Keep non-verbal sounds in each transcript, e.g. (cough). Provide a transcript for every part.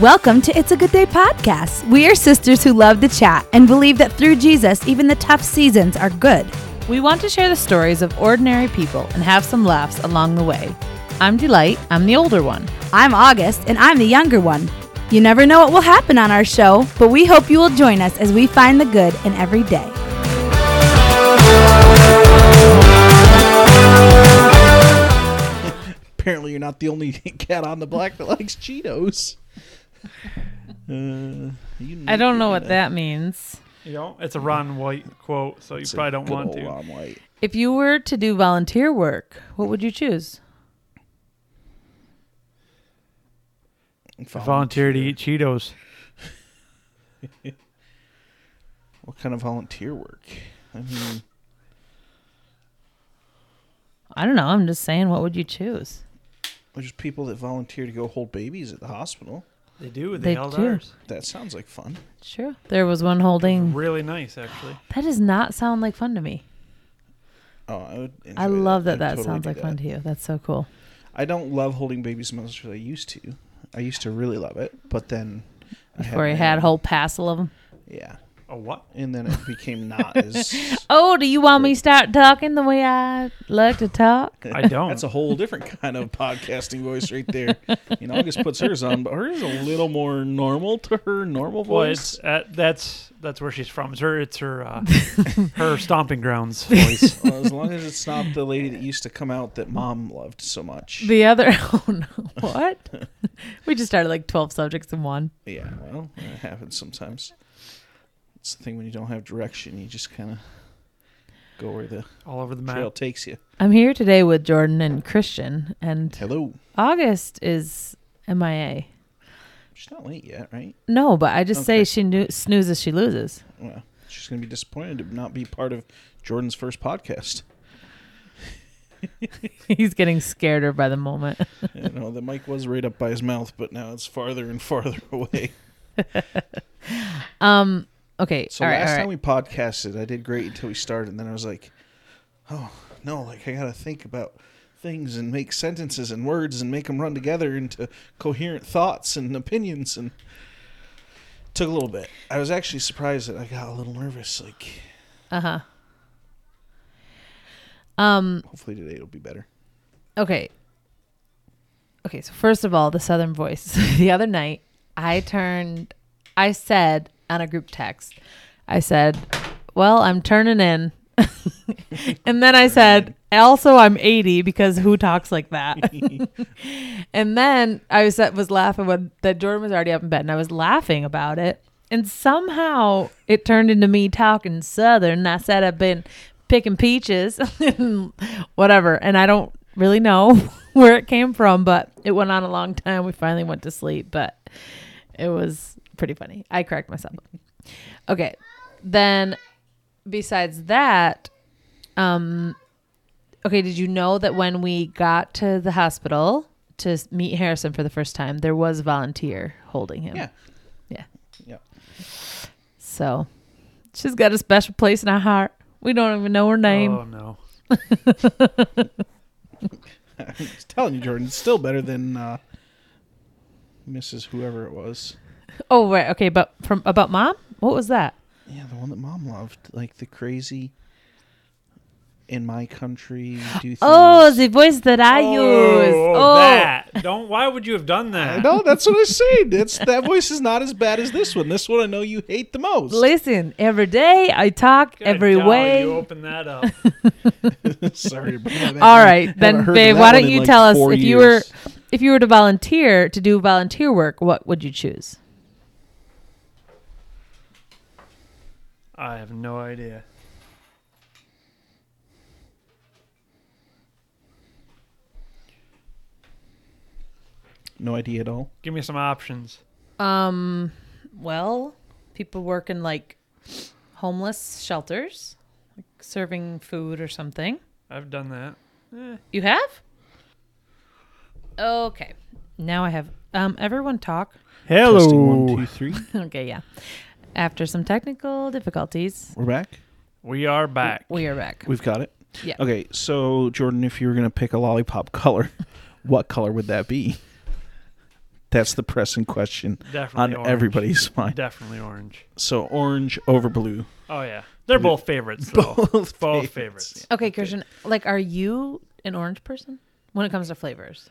Welcome to It's a Good Day podcast. We are sisters who love to chat and believe that through Jesus, even the tough seasons are good. We want to share the stories of ordinary people and have some laughs along the way. I'm Delight, I'm the older one. I'm August, and I'm the younger one. You never know what will happen on our show, but we hope you will join us as we find the good in every day. Apparently, you're not the only (laughs) cat on the block that likes Cheetos. Uh, you I don't know what that means. You know, it's a Ron White quote, so you probably don't want to. Ron White. If you were to do volunteer work, what would you choose? I volunteer to eat Cheetos. What kind of volunteer work? I mean, I don't know. I'm just saying, what would you choose? there's people that volunteer to go hold babies at the hospital. They do. They held do. ours. That sounds like fun. Sure. There was one holding. Really nice, actually. That does not sound like fun to me. Oh, I, would enjoy I love that I'd that totally sounds do like fun that. to you. That's so cool. I don't love holding babies as much as I used to. I used to really love it, but then Where I you my had a own- whole passel of them. Yeah, A what? and then it (laughs) became not as. Oh, do you want me to start talking the way I like to (laughs) talk? I don't. That's a whole different kind of podcasting voice right there. You know, August puts hers on, but hers is a little more normal to her normal well, it's, voice. uh, that's that's where she's from. It's her, it's her, (laughs) uh, her stomping grounds voice. (laughs) Well, as long as it's not the lady that used to come out that mom loved so much. The other, (laughs) oh no, what? (laughs) we just started like 12 subjects in one. yeah, well, it happens sometimes. It's the thing when you don't have direction, you just kind of go where the (laughs) All over the trail map. takes you. I'm here today with Jordan and Christian, and Hello. August is MIA. She's not late yet, right? No, but I just say Okay. she knew, snoozes, she loses. (laughs) Well, she's going to be disappointed to not be part of Jordan's first podcast. He's getting scareder by the moment. you know, the mic was right up by his mouth, but now it's farther and farther (laughs) away. Um. Okay. So all right. last All right. time we podcasted, I did great until we started, and then I was like, "Oh no! Like I gotta think about things and make sentences and words and make them run together into coherent thoughts and opinions." And took a little bit. I was actually surprised that I got a little nervous. Like, Uh huh. Um. hopefully today it'll be better. (laughs) Okay. Okay. So first of all, the Southern voice. (laughs) the other night, I turned. I said on a group text, I said, "Well, I'm turning in," (laughs) and then I said, "Also, I'm 80 because who talks like that?" and then I was was laughing when that Jordan was already up in bed, and I was laughing about it. And somehow it turned into me talking Southern. I said I've been picking peaches, (laughs) and whatever, and I don't really know where it came from, but it went on a long time. We finally went to sleep, but it was pretty funny. I cracked myself up. Okay, then besides that, um, okay, did you know that when we got to the hospital to s- meet Harrison for the first time, there was a volunteer holding him? Yeah. Yeah. Yeah. So she's got a special place in our heart. We don't even know her name. Oh no. I'm just telling you, Jordan, it's still better than uh, Mrs. Whoever it was. Oh, right. Okay, but from about mom? What was that? Yeah, the one that Mom loved, like the crazy. In my country, do (laughs) things. Oh, (laughs) the voice that I use. Oh, that. Don't. Why would you have done that? No, that's what I said. That's that voice is not as bad as this one. This one I know you hate the most. listen, every day I talk Good every golly, way. You open that (laughs) (laughs) up. Sorry. To bring that back All up. right, (laughs) Haven't then, heard of babe, that why one don't in, you like, tell us four if you were years. if you were to volunteer to do volunteer work, what would you choose? I have no idea. No idea at all. Give me some options. Um, well, people work in like homeless shelters, like serving food or something. I've done that. Eh, You have? Okay. Now I have. Um, everyone talk. (laughs) Hello. Testing one, two, three. okay, yeah. After some technical difficulties, We're back. We are back. we are back. We've got it. Yeah. Okay, (laughs) so Jordan, if you were gonna pick a lollipop color, what color would that be? That's the pressing question on Definitely orange. everybody's mind. Definitely orange. So orange over blue. Oh yeah, they're both favorites. Though. Both both favorites. favorites. Okay, Christian, like, are you an orange person when it comes to flavors?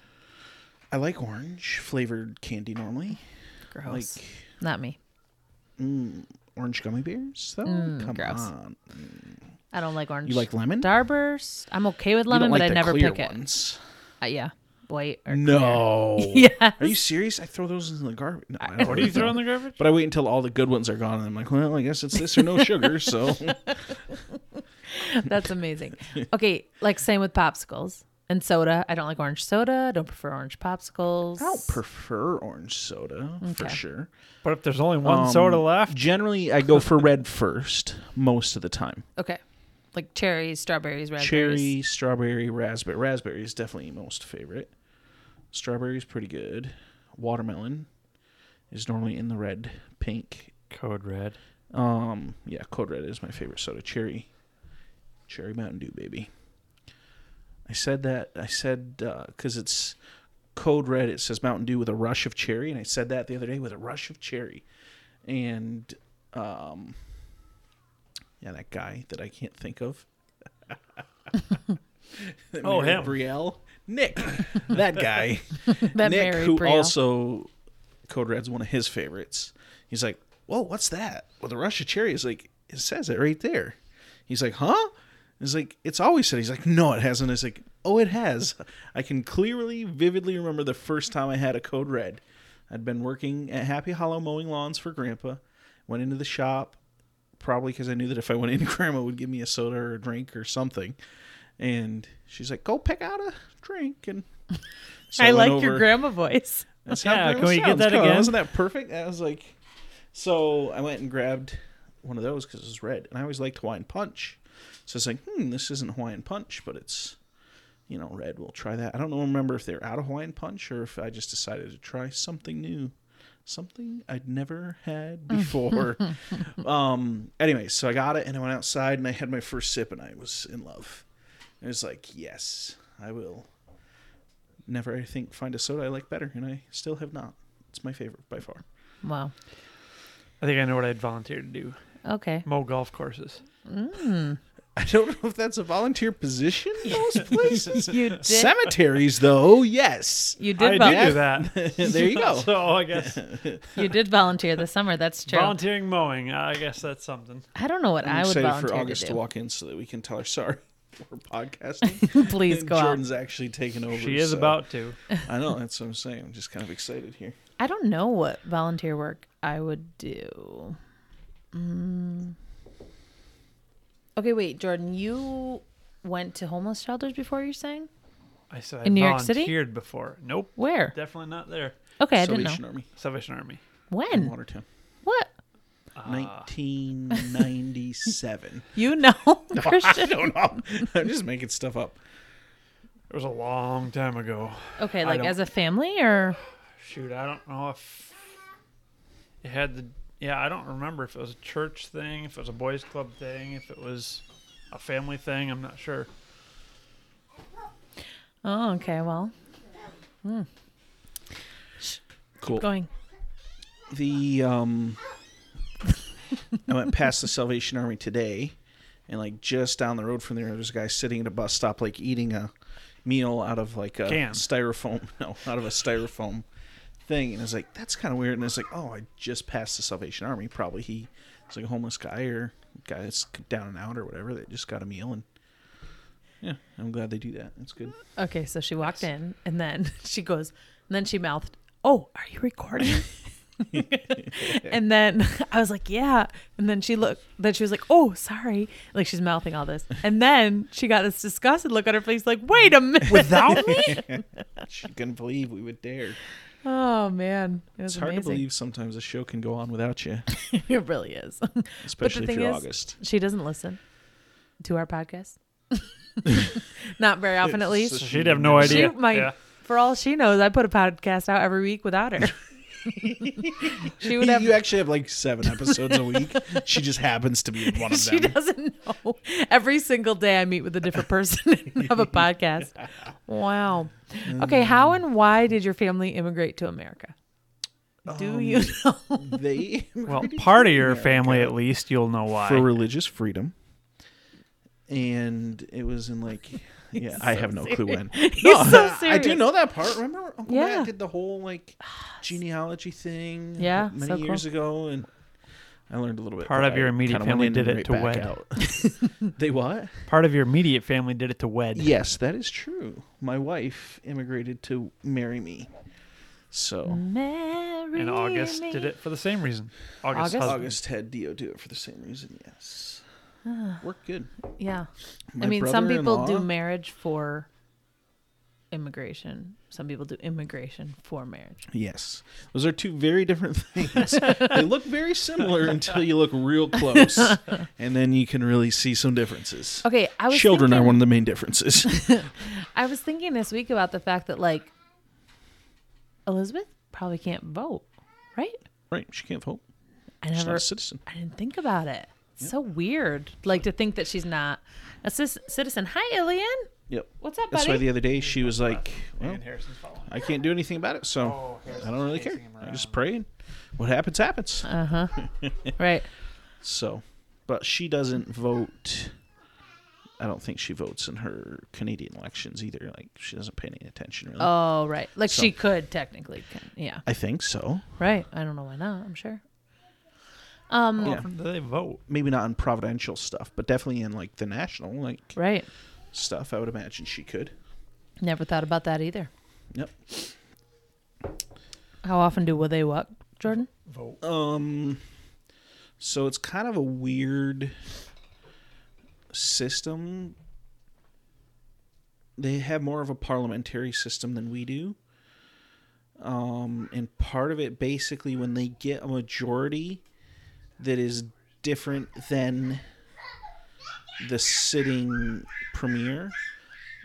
I like orange flavored candy normally. Gross. Like Not me. mm, orange gummy bears, though. Mm, Come gross. on. I don't like orange. You like lemon? Starburst. I'm okay with You lemon, don't like but I the never clear pick it. ones. Uh, yeah, white (laughs) or (laughs) No. clear. Yeah. Are you serious? I throw those in the garbage. No, (laughs) I don't What do you throw in them. the garbage? But I wait until all the good ones are gone, and I'm like, well, I guess it's this (laughs) or no sugar. So That's amazing. Okay, like same with popsicles and soda. I don't like orange soda. Don't prefer orange popsicles. I don't prefer orange soda for Okay. sure. But if there's only one Um, soda left, Generally, I go for red first most of the time. Okay, like cherries, strawberries, raspberries. Cherry, strawberry, raspberry. Raspberry is definitely most favorite. Strawberry is pretty good. Watermelon is normally in the red, pink. code red. Um, yeah, code red is my favorite soda. Cherry, cherry Mountain Dew, baby. I said that. I said because it's code red. It says Mountain Dew with a rush of cherry, and I said that the other day with a rush of cherry. And um, yeah, that guy that I can't think of. (laughs) That Oh, married him. Brielle, Nick, that guy. (laughs) That Nick, Mary who Brielle. also Code Red's one of his favorites. He's like, "Whoa, what's that?" Well, the Russia cherry is like, it says it right there. He's like, "Huh?" He's like, "It's always said." He's like, "No, it hasn't." It's like, "Oh, it has." I can clearly, vividly remember the first time I had a Code Red. I'd been working at Happy Hollow mowing lawns for Grandpa. Went into the shop, probably because I knew that if I went in, (laughs) Grandma would give me a soda or a drink or something. And she's like, "Go pick out a drink." And (laughs) so I went like your over- grandma voice. that's Yeah, how it can we get sounds. that Come on, again? Wasn't that perfect? I was like, so I went and grabbed one of those because it was red, and I always liked Hawaiian Punch. So it's like, hmm, this isn't Hawaiian Punch, but it's, you know, red. We'll try that. I don't know, remember if they're out of Hawaiian Punch or if I just decided to try something new, something I'd never (laughs) had before. um. Anyway, so I got it, and I went outside, and I had my first sip, and I was in love. It was like, yes, I will never I think find a soda I like better, and I still have not. It's my favorite by far. Wow. I think I know what I'd volunteer to do. Okay. Mow golf courses. (laughs) I don't know if that's a (laughs) volunteer position in those places. You did. Cemeteries, though, yes. you I did. do Vol- do that. (laughs) there (laughs) you (laughs) go. (laughs) So (laughs) I guess you did volunteer this summer. That's true. volunteering mowing. I guess that's something. I don't know what I'm i would excited volunteer for August to to, do. walk in so that we can tell her sorry. (laughs) We're (laughs) (laughs) podcasting. (laughs) Please And go out. Jordan's actually taken over. She is so- about to. I know. That's what I'm saying. I'm just kind of excited here. I don't know what volunteer work I would do. Mm. Okay, wait, Jordan, you went to homeless shelters before you're saying? I said I In New York City? volunteered before. Nope, Where? definitely not there. Okay, I didn't Salvation know. Army Salvation Army. in When? Watertown, What? Ah. (laughs) 1997. You know, (laughs) Christian? (laughs) don't know. I'm just making stuff up. It was a long time ago. Okay, I like don't- as a family or Shoot, I don't know if it had the. Yeah, I don't remember if it was a church thing, if it was a boys' club thing, if it was a family thing. I'm not sure. Oh, okay, well. Cool. Going. the um I went past the Salvation Army today and like just down the road from there there's a guy sitting at a bus stop like eating a meal out of like a Can. styrofoam (laughs) no out of a styrofoam thing and I was like that's kind of weird and it's like oh I just passed the Salvation Army probably he it's like a homeless guy or guy that's down and out or whatever that just got a meal and yeah I'm glad they do that it's good Okay, so she walked in and then (laughs) she goes and then she mouthed, "Oh, are you recording?" (laughs) and then (laughs) I was like, "Yeah." And then she looked then she was like, "Oh, sorry." Like she's mouthing all this. And then she got this disgusted look on her face like, "Wait a minute." Without me? she couldn't believe we would dare (laughs) Oh man, it was it's hard to amazing. believe sometimes a show can go on (laughs) without you it really is. (laughs) especially if thing you're is- August she doesn't listen to our (laughs) podcast. Not very often at least. So She'd have no never- She idea. might, Yeah. for all she knows, I put a podcast out every week without her. (laughs) she would You- have. you actually have like seven episodes a week. she just happens (laughs) to be in one of she them. doesn't know. Every single day, I meet with a different person (laughs) and have a podcast. Wow. Okay, how and why did your family immigrate to America? Do Um, you (laughs) know? They (laughs) Well, part of your family, at least, you'll know why. for religious freedom. And it was (laughs) in like, yeah, I have no clue when. He's so I- I do serious. know that part. Remember, Uncle Yeah. Matt did the (sighs) whole like genealogy thing, Yeah, many so cool. years ago, and I learned a little bit. Part but of your I immediate kinda went family in did and it right to back wed. (laughs) out. (laughs) they what? Part of your immediate family did it to wed. Yes, that is true. My wife immigrated to marry me, so Marry And August me. did it for the same reason. August. August? husband. August had Dio do it for the same reason. (sighs) Yes, worked good. Yeah. My I mean, some people do brother-in-law- marriage for immigration. Some people do immigration for marriage. Yes. Those are two very different (laughs) things. they look very similar until you look real (laughs) close, and then you can really see some differences. Okay, I was Children thinking, are one of the main differences. (laughs) I was thinking this week about the fact that like Elizabeth probably can't vote, right? right. She can't vote. I She's not never a citizen. I didn't think about it. It's so weird. Like to think that she's not a cis- citizen. Hi, Ilian. Yep. What's up, That's buddy? why the other day she was like, well, And Harrison's following. I can't do anything about it, so Oh, Harrison's I don't really care. chasing him I around. just pray and what happens, happens. right. So, but she doesn't vote. I don't think she votes in her Canadian elections either. Like, she doesn't pay any attention, really. Oh, right. Like So- she could technically. Can, yeah. I think so. Right. I don't know why not. I'm sure. How Yeah. often do they vote? maybe not in providential stuff, but definitely in like the national like Right. stuff. I would imagine she could. Never thought about that either. Yep. How often do will they what, Jordan? Vote. Um. So it's kind of a weird system. They have more of a parliamentary system than we do. Um, and part of it basically when they get a majority that is different than the sitting premier,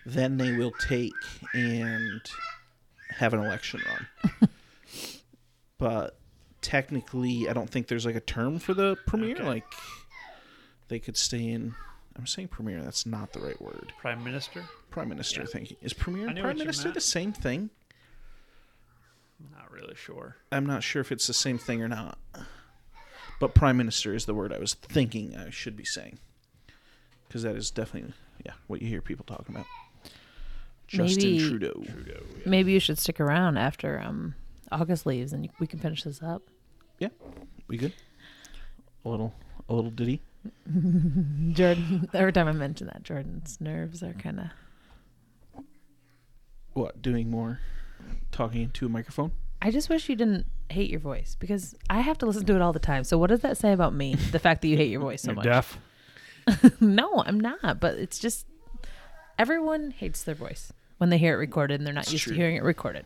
then they will take and have an election run. but technically, I don't think there's like a term for the premier. Okay. Like they could stay in. I'm saying premier. That's not the right word. Prime Minister? Prime minister. Thank you. Is premier I and knew prime what you minister meant. the same thing? Not really sure. I'm not sure if it's the same thing or not. But prime minister is the word I was thinking I should be saying. Because that is definitely, yeah, what you hear people talking about. Justin Maybe- Trudeau. Trudeau. yeah. Maybe you should stick around after um, August leaves and you, we can finish this up. Yeah, we good? A little, a little ditty. Jordan, (laughs) every time I mention that, Jordan's nerves are kind of. What, doing more talking into a microphone? I just wish you didn't hate your voice because I have to listen to it all the time. So what does that say about me? The fact that you hate your voice so (laughs) You're much. deaf. No, I'm not. But it's just everyone hates their voice when they hear it recorded and they're not It's used true. to hearing it recorded.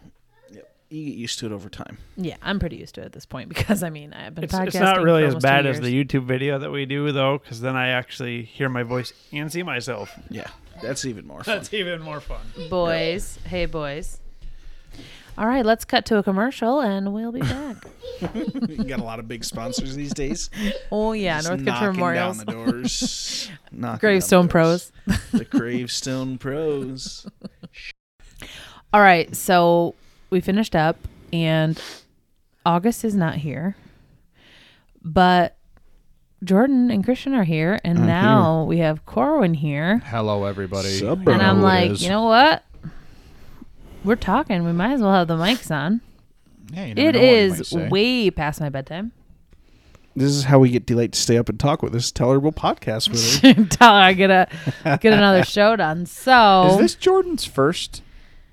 Yep. You get used to it over time. Yeah, I'm pretty used to it at this point because I mean I've been It's, podcasting. it's not really for as almost two bad as years. the YouTube video that we do, though, because then I actually hear my voice and (laughs) see myself. Yeah, that's even more fun. That's even more fun. boys. Hey, boys. All right, let's cut to a commercial and we'll be back. (laughs) you got a lot of big sponsors these days. oh (laughs) yeah, Just North Country knocking Memorials, down (laughs) the doors. Knocking down the Gravestone doors. Pros. the Gravestone Pros. All right, so we finished up, and August is not here, but Jordan and Christian are here, and now we have Corwin here, Hello, everybody. Sup, You bro? and know I'm who it like, is. you know what? We're talking. We might as well have the mics on. Yeah, you never It know what you might is say. way past my bedtime. (laughs) This is how we get Delight to stay up and talk with us. Tolerable podcast with her. Until I get a get another (laughs) show done. (laughs) So, Is this Jordan's first?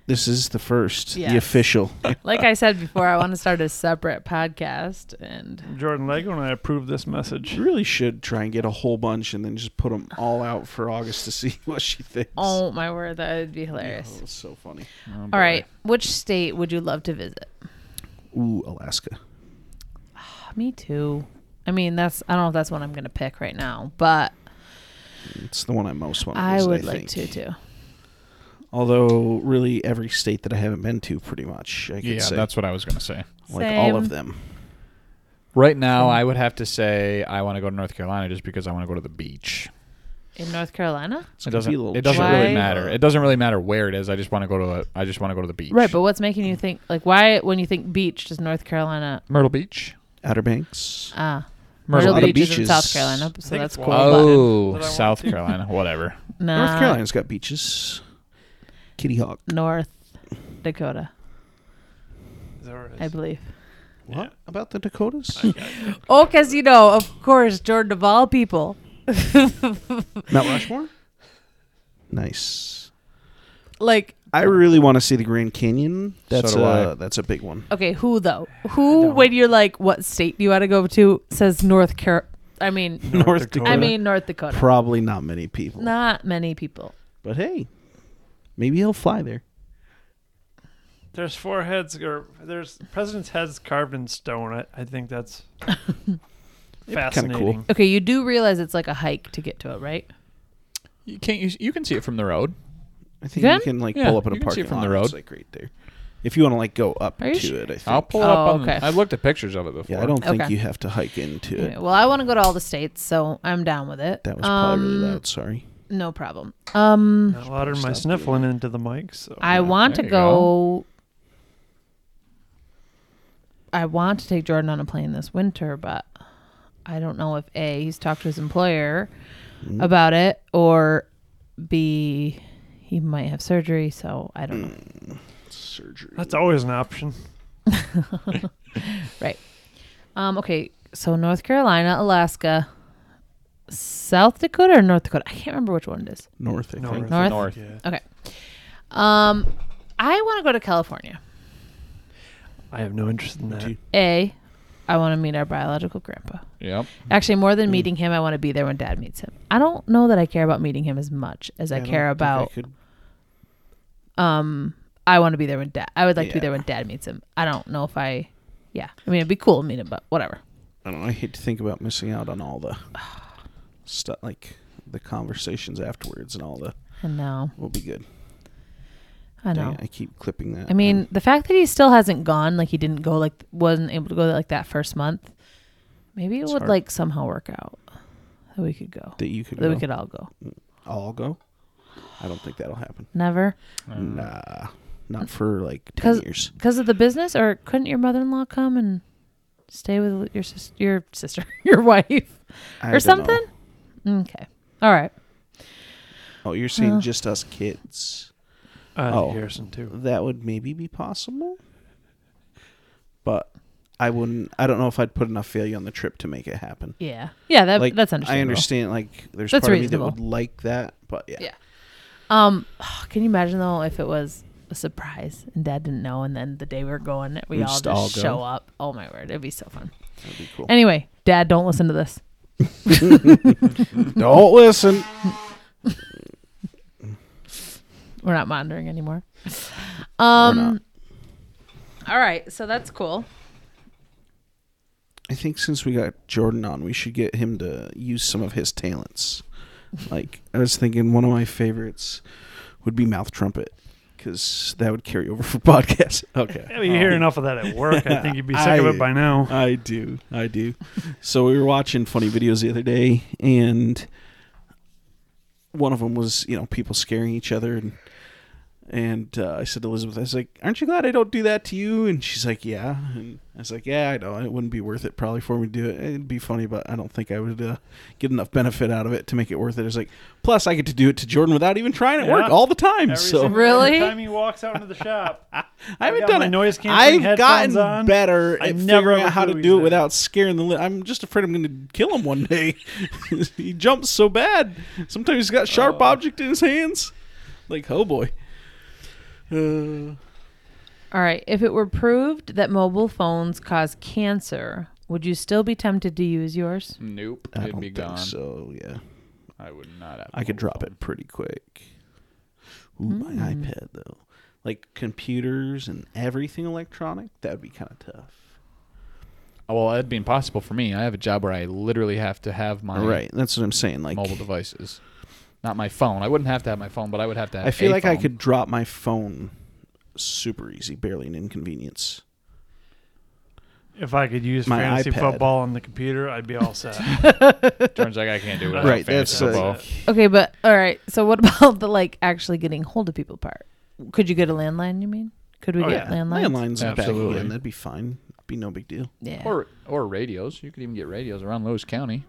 this is the first, Yes. the official. like I said before, I want to start a separate podcast, and Jordan Lego and I approve this message. You really should try and get a whole bunch and then just put them all out for August to see (laughs) what she thinks. oh my word, that would be hilarious. Oh, so funny. Um, All right. Which state would you love to visit? Ooh, Alaska. Ah, Me too. I mean, that's I don't know if that's what I'm gonna pick right now, but It's the one I most want. to I visit, would like to think. too. Although, really, every state that I haven't been to, pretty much, I could Yeah, say, that's what I was going to say. like all Same. of them. Hmm. Right now, I would have to say I want to go to North Carolina just because I want to go to the beach. in North Carolina? It's It gonna doesn't. be a little It doesn't really Why- chilly. matter. It doesn't really matter where it is. I just want to go to. A, I just want to go to the beach. Right, but what's making you think like why when you think beach does North Carolina Myrtle Beach. Outer Banks. ah Myrtle Myrtle lot of Beach. Beach is in beaches. South Carolina, I so think that's it's cool. Washington. Oh, But I want South to- Carolina. Whatever. but nah, North Carolina's got beaches. Kitty Hawk. North Dakota, Is that where it I is? believe. Yeah. What about the Dakotas? (laughs) Oh, because you know, of course, Jordan of all people. Mount Rushmore. Nice. (laughs) Like, I really want to see the Grand Canyon. That's So do I. a that's a big one. okay, who though? Who, don't- when you're like, what state do you want to go to, says North Car? I mean, North I Dakota. mean North Dakota. Probably not many people. Not many people. But hey, maybe he'll fly there. there's four heads, or there's president's heads carved in stone. I, I (laughs) think that's kinda fascinating. cool. Okay, you do realize it's like a hike to get to it, right? You can't. You, you can see it from the road. I think You you can? can like Yeah, pull up in a you can parking see it from lot. the It's road. like right there. If you want to like go up Are to you it, I think. I'll pull Oh, up. On, okay. I looked at pictures of it before. yeah, I don't think Okay. you have to hike into Anyway, it. well, I want to go to all the states, so I'm down with it. That was probably really Um, loud. Sorry. No problem. Um, Not louder than Stop my you. sniffling into the mic. So I want to there go, you go. I want to take Jordan on a plane this winter, but I don't know if A, he's talked to his employer Mm-hmm. about it, or B, he might have surgery, so I don't know. Surgery. that's always an option. Um, okay, so North Carolina, Alaska, South Dakota, or North Dakota? I can't remember which one it is. North, I North. think. North? North. Yeah. Um, I want to go to California. I have no interest in that. Two. A, I want to meet our biological grandpa. Yep. Actually, more than Mm. meeting him, I want to be there when dad meets him. I don't know that I care about meeting him as much as I, don't care think I about could- um I want to be there when dad I would like to be Yeah. there when dad meets him. I don't know if I yeah. I mean, it'd be cool to meet him, but whatever. I don't know. I hate to think about missing out on all the (sighs) stuff, like the conversations afterwards and all the. I know. We'll be good. I Dang know. it, I keep clipping that. I mean, the fact that he still hasn't gone, like he didn't go like wasn't able to go like that first month. Maybe it It's would hard. like somehow work out that we could go. that you could. that we go. could all go. all go. I don't think that'll happen. Never. Nah, not for like 'Cause- ten years. Because of the business or couldn't your mother-in-law come and stay with your sis- your sister, (laughs) your wife? I or don't something? know. Okay. All right. Oh, you're saying Well. just us kids? Uh, Oh. (laughs) Harrison too. That would maybe be possible, but I wouldn't. I don't know if I'd put enough value on the trip to make it happen. Yeah. Yeah, that, like that's I understandable. understand. Like there's That's part reasonable. of me that would like that, but yeah, Yeah. Um (sighs) can you imagine though if it was a surprise and dad didn't know and then the day we are going we We all just just all go. show up. Oh my word, it'd be so fun. that'd be cool. Anyway, dad, don't listen to this. (laughs) don't listen. We're not monitoring anymore. Um not. All right, so that's cool. I think since we got Jordan on, we should get him to use some of his talents. Like I was thinking, one of my favorites would be mouth trumpet because that would carry over for (laughs) podcasts. Okay, Oh. Yeah, but you hear enough of that at work. I think you'd be sick of (laughs) it I- by now. I do, I do. so we were watching funny videos the other day, and one of them was you know people scaring each other, and and uh, I said to Elizabeth, I was like, "Aren't you glad I don't do that to you?" And she's like, "Yeah," and I was like, "Yeah, I know. It wouldn't be worth it probably for me to do it. It'd be funny, but I don't think I would uh, get enough benefit out of it to make it worth it." It's like, plus I get to do it to Jordan without even trying at Yeah. work all the time, Every so single- Really? Every time he walks out into the shop, I haven't got done my it. noise canceling I've headphones gotten on. better I at never figuring ever out how to do do it that. without scaring the. Li- I'm just afraid I'm going to kill him one day. (laughs) he jumps so bad. Sometimes he's got sharp Oh. object in his hands. Like oh boy. Uh, All right, if it were proved that mobile phones cause cancer, would you still be tempted to use yours? Nope. I It'd don't be think gone. so. Yeah, I would not. Have I could drop it pretty quick. Ooh, my iPad though, like computers and everything electronic, that would be kind of tough. Oh, Well, that'd be impossible for me. I have a job where I literally have to have my right, that's what I'm saying. Like mobile devices, not my phone. I wouldn't have to have my phone, but I would have to. Have I feel a like I phone. could drop my phone super easy, barely an inconvenience. (laughs) If I could use My fantasy iPad. football on the computer, I'd be (laughs) all set. Turns out I (laughs) can't do it. without Right, fantasy that's, uh, football. Okay, but all right. So what (laughs) about the like actually getting hold of people part? Could you get a landline? You mean? Could we Oh, get yeah. landlines? Landlines are back Absolutely. again. That'd be fine. Be no big deal. Yeah. or or radios. You could even get radios around Lewis County.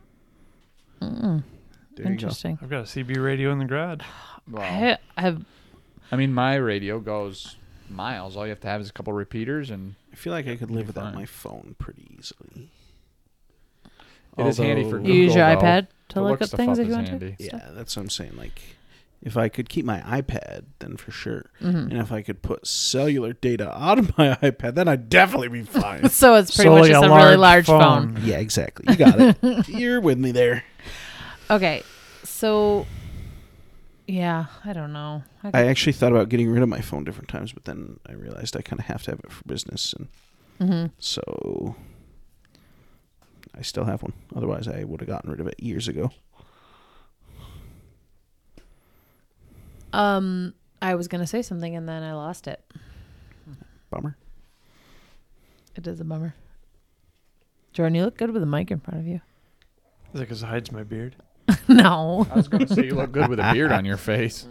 Mm-mm. There you go. Interesting. I've got a CB radio in the garage. Wow. I, I've I mean, my radio goes miles. All you have to have is a couple repeaters, and I feel like I could Be live without fine. my phone pretty easily. It is handy for Although- you use your Google, though. iPad to To look look up stuff things up if you is want handy. to. (laughs) Yeah, that's what I'm saying. Like, if I could keep my iPad, then for sure. Mhm. And if I could put cellular data on my (laughs) iPad, then I'd definitely (laughs) be fine. So it's pretty much Solely just a, really large phone. yeah, exactly. You got (laughs) it. You're with me there. Okay, so yeah, I don't know. I I actually thought about getting rid of my phone different times, but then I realized I kind of have to have it for business, and hmm so I still have one. Otherwise, I would have gotten rid of it years ago. Um, I was gonna say something and then I lost it. Bummer. It is a bummer. Jordan, you look good with a mic in front of you. Is it 'cause it hides my beard? (laughs) no, I was going to say you look good with a beard on (laughs) your face.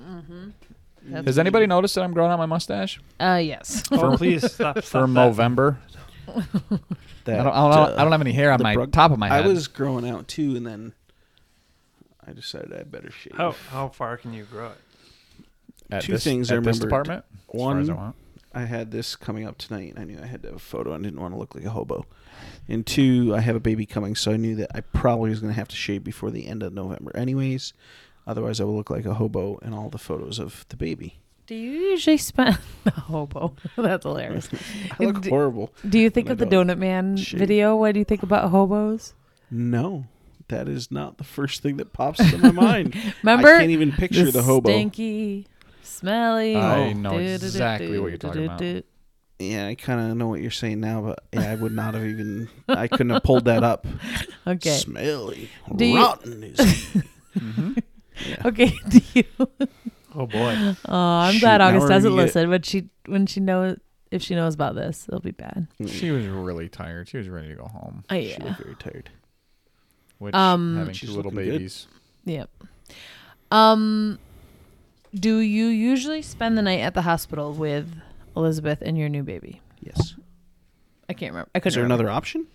That's Has anybody noticed that I'm growing out my mustache Mm-hmm. uh, yes. Oh, please stop. for stop that. Movember? I That, don't, I, don't, I uh, don't have any hair on the my brug- top of my head. I was growing out too, and then I decided I better shave. How how far can you grow it? at two this, things I at this remembered. department. as far as I One, want. I had this coming up tonight, and I knew I had to have a photo. and didn't want to look like a hobo. And two, I have a baby coming, so I knew that I probably was going to have to shave before the end of November, anyways. Otherwise, I will look like a hobo in all the photos of the baby. Do you usually spend (laughs) the hobo? That's hilarious. (laughs) I look D- horrible. Do you think And of I the Donut Man shave. video? What do you think about hobos? No, that is not the first thing that pops (laughs) into my mind. I Remember can't even picture the, hobo. stinky, smelly. Oh. I know do-do-do-do, exactly what you're talking about. do-do-do. Yeah, I kind of know what you're saying now, but yeah, I would not have even. I couldn't have pulled that up. (laughs) Okay. Smelly, Do you- (laughs) rotten. is- Mhm. (laughs) Yeah. Okay. (laughs) Do you Oh boy. Oh, I'm Shoot, glad now August we're gonna doesn't get- listen. When she when she knows if she knows about this, it'll be bad. She was really tired. She was ready to go home. Oh She was yeah, Mm, very tired. Which Um, having She's two little looking good. babies. yep. Um, do you usually spend the night at the hospital with Elizabeth and your new baby? Yes. I can't remember. I couldn't. Is there remember. another option?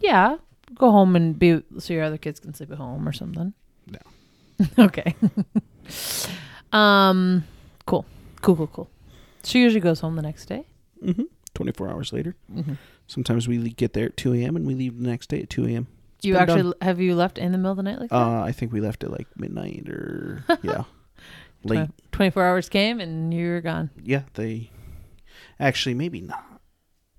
Yeah, go home and be so your other kids can sleep at home or something. No. (laughs) okay. um, cool, cool, cool, cool. She usually goes home the next day. Mm-hmm. 24 hours later. Mhm. Sometimes we le- get there at 2 a.m. and we leave the next day at 2 a.m. It's You been actually done. have you left in the middle of the night like that? Uh, I think we left at like (laughs) midnight or yeah, late. Twen- 24 hours came and you were gone. Yeah, they actually maybe not.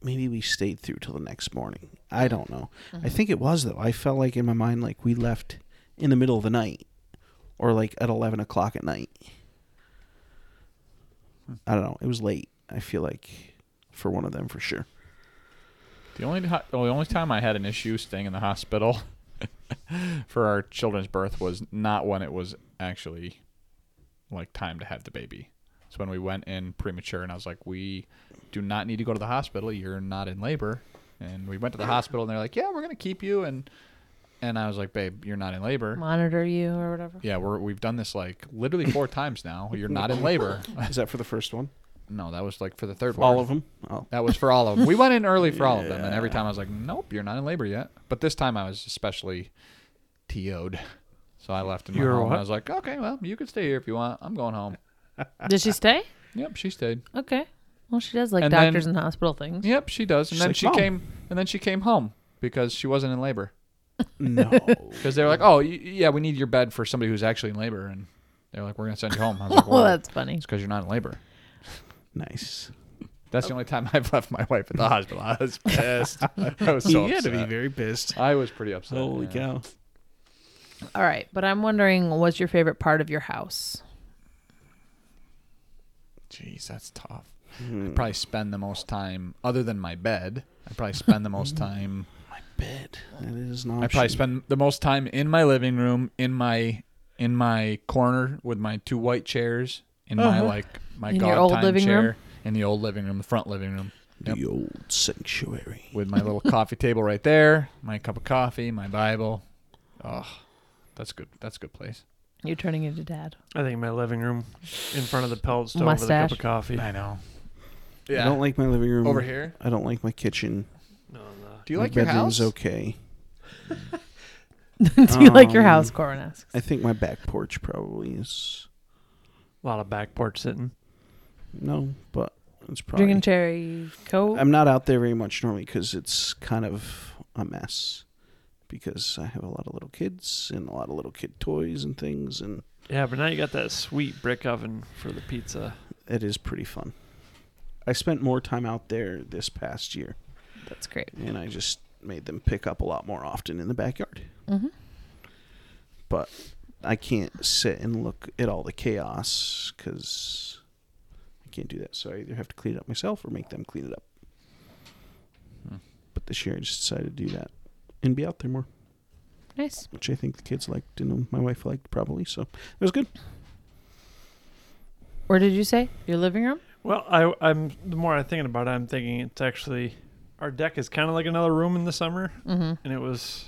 Maybe we stayed through till the next morning. I don't know. I think it was though. I felt like in my mind like we left in the middle of the night or like at 11 o'clock at night. Hmm. I don't know. It was late. I feel like for one of them for (laughs) sure. The only ho- oh, the only time I had an issue staying in the hospital (laughs) for our children's birth was not when it was actually like time to have the baby. It's when we went in premature, and I was like, "We do not need to go to the hospital. You're not in labor." And we went to the hospital, and they're like, "Yeah, we're gonna keep you." And and I was like, "Babe, you're not in labor." Monitor you or (laughs) whatever. Yeah, we're we've done this like literally four times now. You're not in labor. (laughs) Is that for the first one? No, that was like for the third one. All of them? (laughs) Oh. That was for all of them. We went in early for all of them, and every time I was like, "Nope, you're not in labor yet." But this time I was especially TO'd, so I left and went You were home. And what? I was like, "Okay, well, you can stay here if you want. I'm going home." Did she stay? Yep, she stayed. Okay. Well, she does like And doctors then- and hospital things. Yep, she does. And She's then like, she "Mom." came, and then she came home because she wasn't in labor No. because they were like, "Oh, y- yeah, we need your bed for somebody who's actually in labor," and they're like, "We're gonna send you home." I was like, (laughs) well, "Well, that's funny. it's because you're not in labor." (laughs) nice. That's Oh. the only time I've left my wife at the hospital. I (laughs) was pissed. I was so upset. very pissed. I was pretty upset. Holy yeah. cow. All right. But I'm wondering what's your favorite part of your house? Jeez, that's tough. I probably spend the most time, other than my bed, I probably spend the most time. My bed. That is not. I probably spend the most time in my living room, in my in my corner with my two white chairs, in my like my In your god old time living chair, room? in the old living room, the front living room. Yep. The old sanctuary. with my little coffee table right there, my cup of coffee, my Bible. Oh, that's good. That's a good place. You're turning into dad. (gasps) (laughs) I think my living room in front of the pellet stove with a cup Mustache. of coffee. I know. I don't like my living room. over here. I don't like my kitchen. No, no. Do you my like your bedroom's house? okay. Do you like your house, Um, Corin asks. I think my back porch probably is A lot of back porch sitting. no, but it's probably. Drinking cherry coke. I'm not out there very much normally because it's kind of a mess. Because I have a lot of little kids and a lot of little kid toys and things, and Yeah, but now you got that sweet brick oven for the pizza. it is pretty fun. I spent more time out there this past year, That's great. and I just made them pick up a lot more often in the backyard. Mm-hmm. But I can't sit and look at all the chaos because I can't do that. So I either have to clean it up myself or make them clean it up. Hmm. But this year I just decided to do that and be out there more. Nice. which I think the kids liked and my wife liked probably. So it was good. Where did you say your living room? Well, I, I'm the more I'm thinking about it, I'm thinking it's actually our deck is kind of like another room in the summer, Mm-hmm. and it was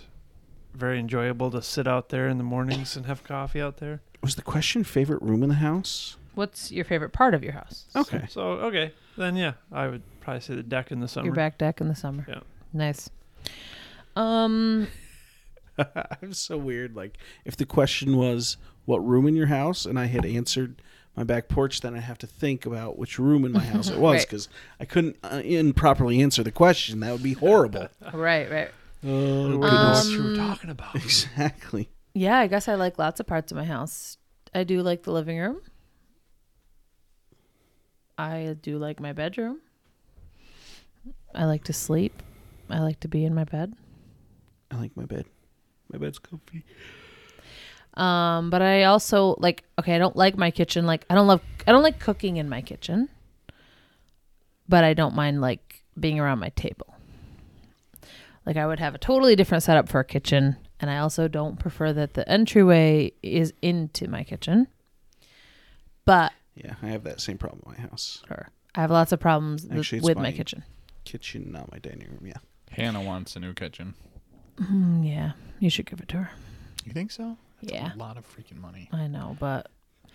very enjoyable to sit out there in the mornings and have coffee out (laughs) there. Was the question favorite room in the (laughs) house? What's your favorite part of your house? Okay. So okay, then yeah, I would probably say the deck in the summer. Your back deck in the summer. Yeah. Nice. (laughs) Um. I'm so weird. Like if the question was what room in your house and I had answered my back porch, then I have to think about which room in my house (laughs) it was Right. because I couldn't uh, improperly answer the question. That would be horrible. Right. Right. oh, We know what goodness. you were talking about. (laughs) exactly. Yeah. I guess I like lots of parts of my house. I do like the living room. I do like my bedroom. I like to sleep. I like to be in my bed. I like my bed. My bed's comfy. Um, but I also like okay, I don't like my kitchen. Like I don't love I don't like cooking in my kitchen. But I don't mind like being around my table. Like I would have a totally different setup for a kitchen, and I also don't prefer that the entryway is into my kitchen. But Yeah, I have that same problem in my house. or, I have lots of problems with- Actually, it's with my my- kitchen. Kitchen, not my dining room. Yeah. Hannah wants a new kitchen. Mm, yeah, you should give it to her. You think so? yeah, A lot of freaking money. I know, but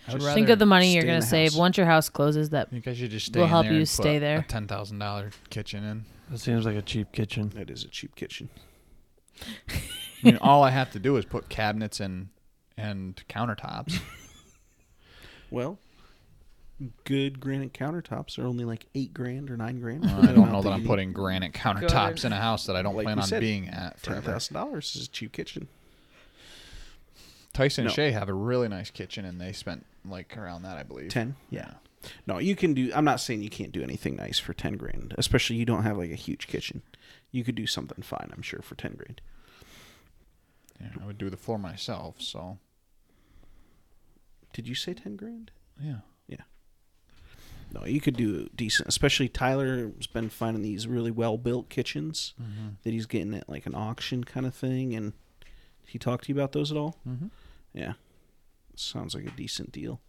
I would think of the money you're stay in gonna the save house. once your house closes. That I think I should just stay. We'll in help there you and stay put there. A ten thousand dollar kitchen in. That seems like a cheap kitchen. That is a cheap kitchen. I mean, all I have to do is put cabinets and and (laughs) countertops. Well, good granite countertops are only like eight grand or nine grand. Well, I don't know that I'm putting granite countertops Good. in a house that I don't Like plan we on said, being at ten forever. thousand dollars is a cheap kitchen. Tyson and No. Shay have a really nice kitchen, and they spent like around that, I believe. Ten, yeah. No, you can do. I'm not saying you can't do anything nice for ten grand, especially you don't have like a huge kitchen. You could do something fine, I'm sure, for ten grand. Yeah, I would do the floor myself. So Did you say ten grand? yeah, No, you could do decent. Especially Tyler's been finding these really well built kitchens that he's getting at like an auction kind of thing. And he talked to you about those at all? Mhm. Yeah, sounds like a decent deal.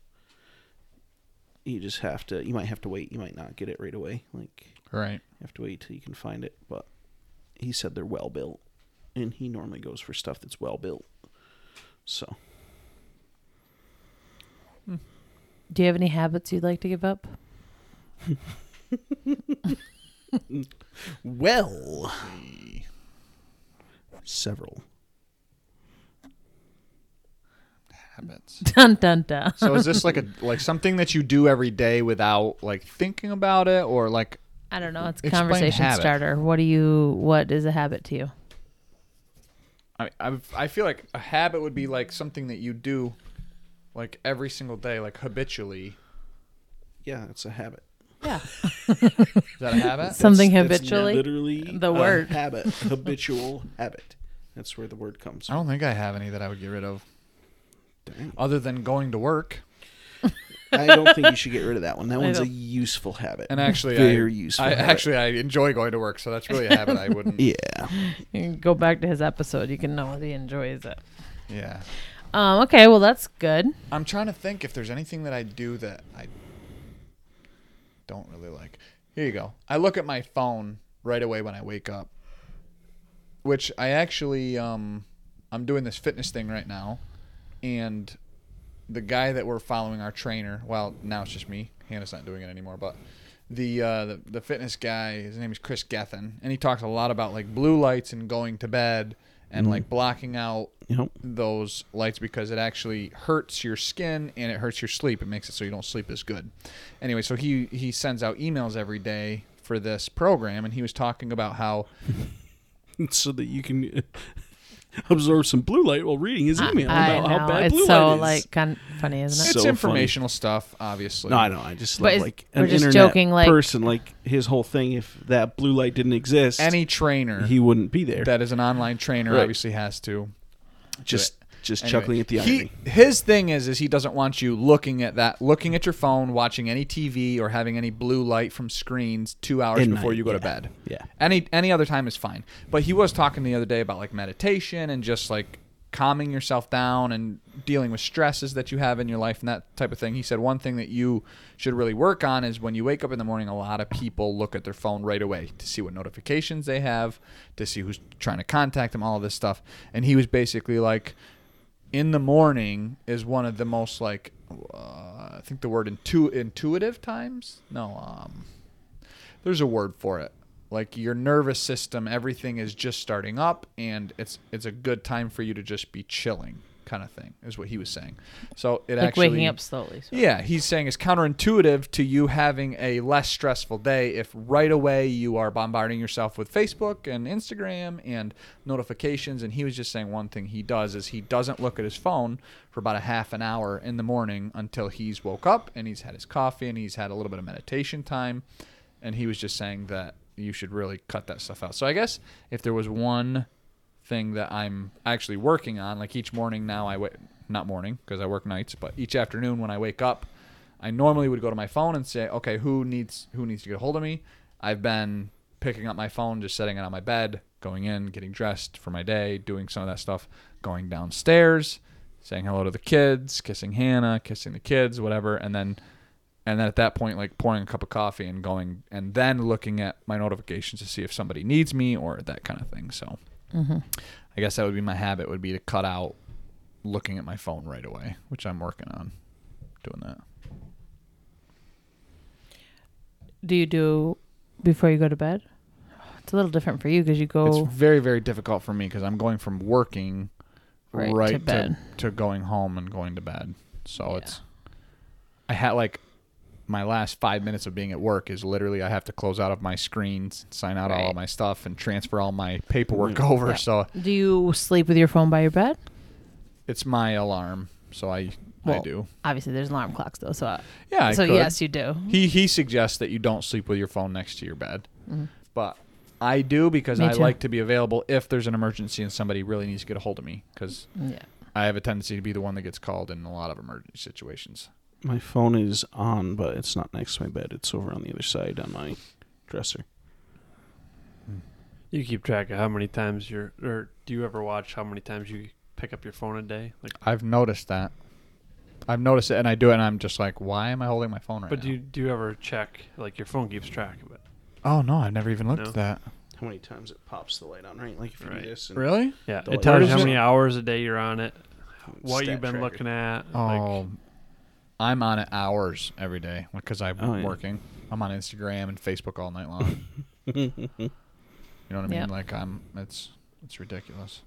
You just have to. You might have to wait. You might not get it right away. Like right. you have to wait till you can find it. But he said they're well built, and he normally goes for stuff that's well built. So do you have any habits you'd like to give up? well, several. Habits. (laughs) Dun dun dun. so is this like a like something that you do every day without like thinking about it, or like I don't know. It's a Explain conversation habit. starter. What do you? What is a habit to you? I I I feel like a habit would be like something that you do like every single day, like habitually. Yeah, it's a habit. Yeah. Is (laughs) that a habit? Something That's- that's habitually. literally The a word. (laughs) habit, habitual habit. That's where the word comes. I From. don't think I have any that I would get rid of, Oh. Dang. other than going to work. I don't think you should get rid of that (laughs) one. That one's a don't- useful habit. And actually, very I, useful. I habit. actually I enjoy going to work, so that's really a habit I wouldn't. (laughs) yeah. You can go back to his episode. You can know that he enjoys it. Yeah. Um. Okay. Well, that's good. I'm trying to think if there's anything that I do that I don't really like. Here you go. I look at my phone right away when I wake up, which I actually um, I'm doing this fitness thing right now, and the guy that we're following, our trainer. Well, now it's just me. Hannah's not doing it anymore, but the uh, the, the fitness guy, his name is Chris Gethin, and he talks a lot about like blue lights and going to bed and like blocking out Yep. those lights because it actually hurts your skin and it hurts your sleep. It makes it so you don't sleep as good. Anyway, so he he sends out emails every day for this program, and he was talking about how (laughs) so that you can (laughs) absorb some blue light while reading his email I about know. how bad it's blue so light is. like kind of funny, isn't it? it's So funny. informational stuff, obviously. no, I don't. I just But love, is- like we're an just internet joking, like- person. Like his whole thing. If that blue light didn't exist, Any trainer he wouldn't be there. that is an online trainer Right. obviously has to. just just Anyway, chuckling at the irony. he, his thing is is he doesn't want you looking at that looking at your phone watching any tv or having any blue light from screens two hours At before night, you go to yeah. bed Yeah. any any other time is fine but he was talking the other day about like meditation and just like calming yourself down and dealing with stresses that you have in your life and that type of thing he said one thing that you should really work on is when you wake up in the morning a lot of people look at their phone right away to see what notifications they have to see who's trying to contact them all of this stuff and he was basically like in the morning is one of the most like uh, I think the word intu- intuitive times. No, um, there's a word for it. Like your nervous system, everything is just starting up, and it's it's a good time for you to just be chilling, kind of thing, is what he was saying. So it Like actually waking up slowly. So. yeah, he's saying it's counterintuitive to you having a less stressful day if right away you are bombarding yourself with Facebook and Instagram and notifications. And he was just saying one thing he does is he doesn't look at his phone for about a half an hour in the morning until he's woke up and he's had his coffee and he's had a little bit of meditation time. And he was just saying that you should really cut that stuff out. So I guess if there was one thing that I'm actually working on. Like each morning now, I wait, not morning because I work nights, but each afternoon when I wake up, I normally would go to my phone and say, okay, who needs who needs to get a hold of me? I've been picking up my phone, just setting it on my bed, going in, getting dressed for my day, doing some of that stuff, going downstairs, saying hello to the kids, kissing Hannah, kissing the kids, whatever, and then and then at that point like pouring a cup of coffee and going and then looking at my notifications to see if somebody needs me or that kind of thing. So I guess that would be my habit would be to cut out looking at my phone right away, which I'm working on doing that. Do you do before you go to bed? It's a little different for you because you go It's very very difficult for me because I'm going from working Right right, to to, bed. to going home and going to bed. So Yeah. it's I had like my last five minutes of being at work is literally I have to close out of my screens, sign out all Right. Mm-hmm. of my stuff, and transfer all my paperwork over. Yeah. So Do you sleep with your phone by your bed? it's my alarm. So I I Well, do. Obviously, there's alarm clocks though. So, I- Yeah. I so could. yes, you do. He he suggests that you don't sleep with your phone next to your bed, Mm-hmm. but I do because Me I too. like to be available if there's an emergency and somebody really needs to get a hold of me because Yeah. I have a tendency to be the one that gets called in a lot of emergency situations. My phone is on, but it's not next to my bed. It's over on the other side on my dresser. You keep track of how many times you're, or do you ever watch how many times you pick up your phone a day? Like, I've noticed that. I've noticed it, and I do it, and I'm just like, why am I holding my phone right but now? do you, do you ever check? Like, your phone keeps track of it. oh no, I've never even looked No. at that. How many times it pops the light on, right? Like if you Right. do this, and Really? Yeah, The it light tells you is how on. many hours a day you're on it, what Stat you've been tracker. looking at. Oh, like, I'm on it hours every day because I'm Oh, yeah. working. I'm on Instagram and Facebook all night long. (laughs) you know what I mean? Yeah. Like I'm. It's it's ridiculous.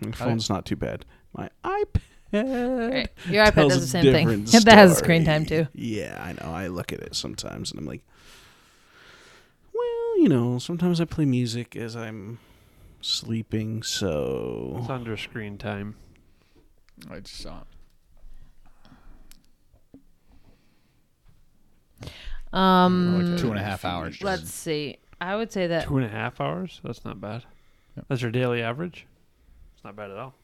My phone's not too bad. My iPad. Right. Your iPad tells does a the same thing. different (laughs) that has story. screen time too. Yeah, I know. I look at it sometimes and I'm like, well, you know, sometimes I play music as I'm sleeping, it's so under screen time. I just saw. It. Um, like two and a half hours. just- Mm. let's see. I would say that Two and a half hours? That's not bad. Yep. That's your daily average? It's not bad at all.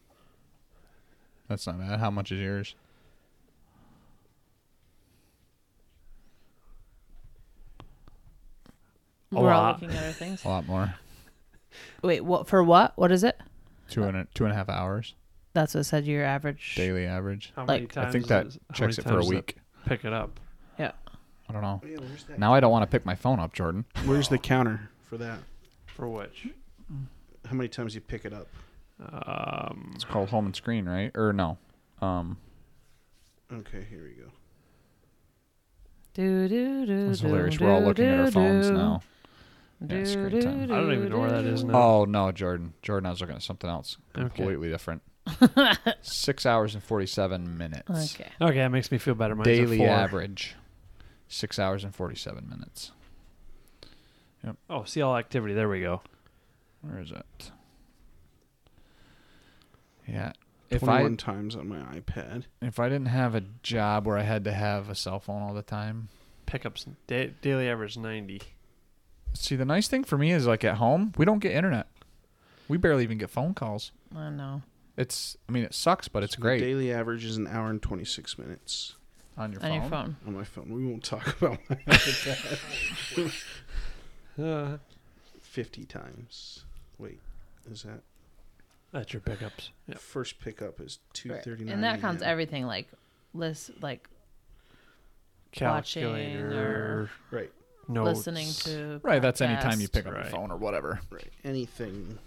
That's not bad. How much is yours? A we're all lot. looking at our things. A (laughs) lot more. Wait, what for? What? What is it? Two and a, two and a half hours That's what it said your average. daily average. How Like- many times? I think that is- how many checks it for a times does week. Pick it up. Yeah. I don't know. Yeah, where's that? Now I don't want to pick my phone up, Jordan. Where's the counter for that? For which? How many times you pick it up? Um, It's called home and screen, right? Or no. Um, Okay, here we go. Do, do, do, it's do, hilarious. do, We're all looking at our do, phones do. now. Yeah, Do, screen do, time. do, I don't even know where that do, is do. now. Oh no, Jordan. Jordan, I was looking at something else, completely different. Six hours and forty-seven minutes. Okay. Okay, that makes me feel better. Mine's a Daily four. average, six hours and forty-seven minutes. Oh, see all activity. There we go. Where is it? Yeah. If I 21 times on my iPad. if I didn't have a job where I had to have a cell phone all the time. Pickups da- daily average ninety. See, the nice thing for me is like at home, we don't get internet. We barely even get phone calls. I know. It's I mean it sucks, but it's The great daily average is an hour and 26 minutes on your On phone. your phone. on my phone. We won't (laughs) talk about my iPad. Uh, 50 times. Wait, is that? that's your pickups. Yeah. First pickup is 239. And that counts a.m. everything like list like Watching or- Calculator. Right, No. listening to Right, that's any time you podcasts. pick up your Right. phone or whatever. right. Anything.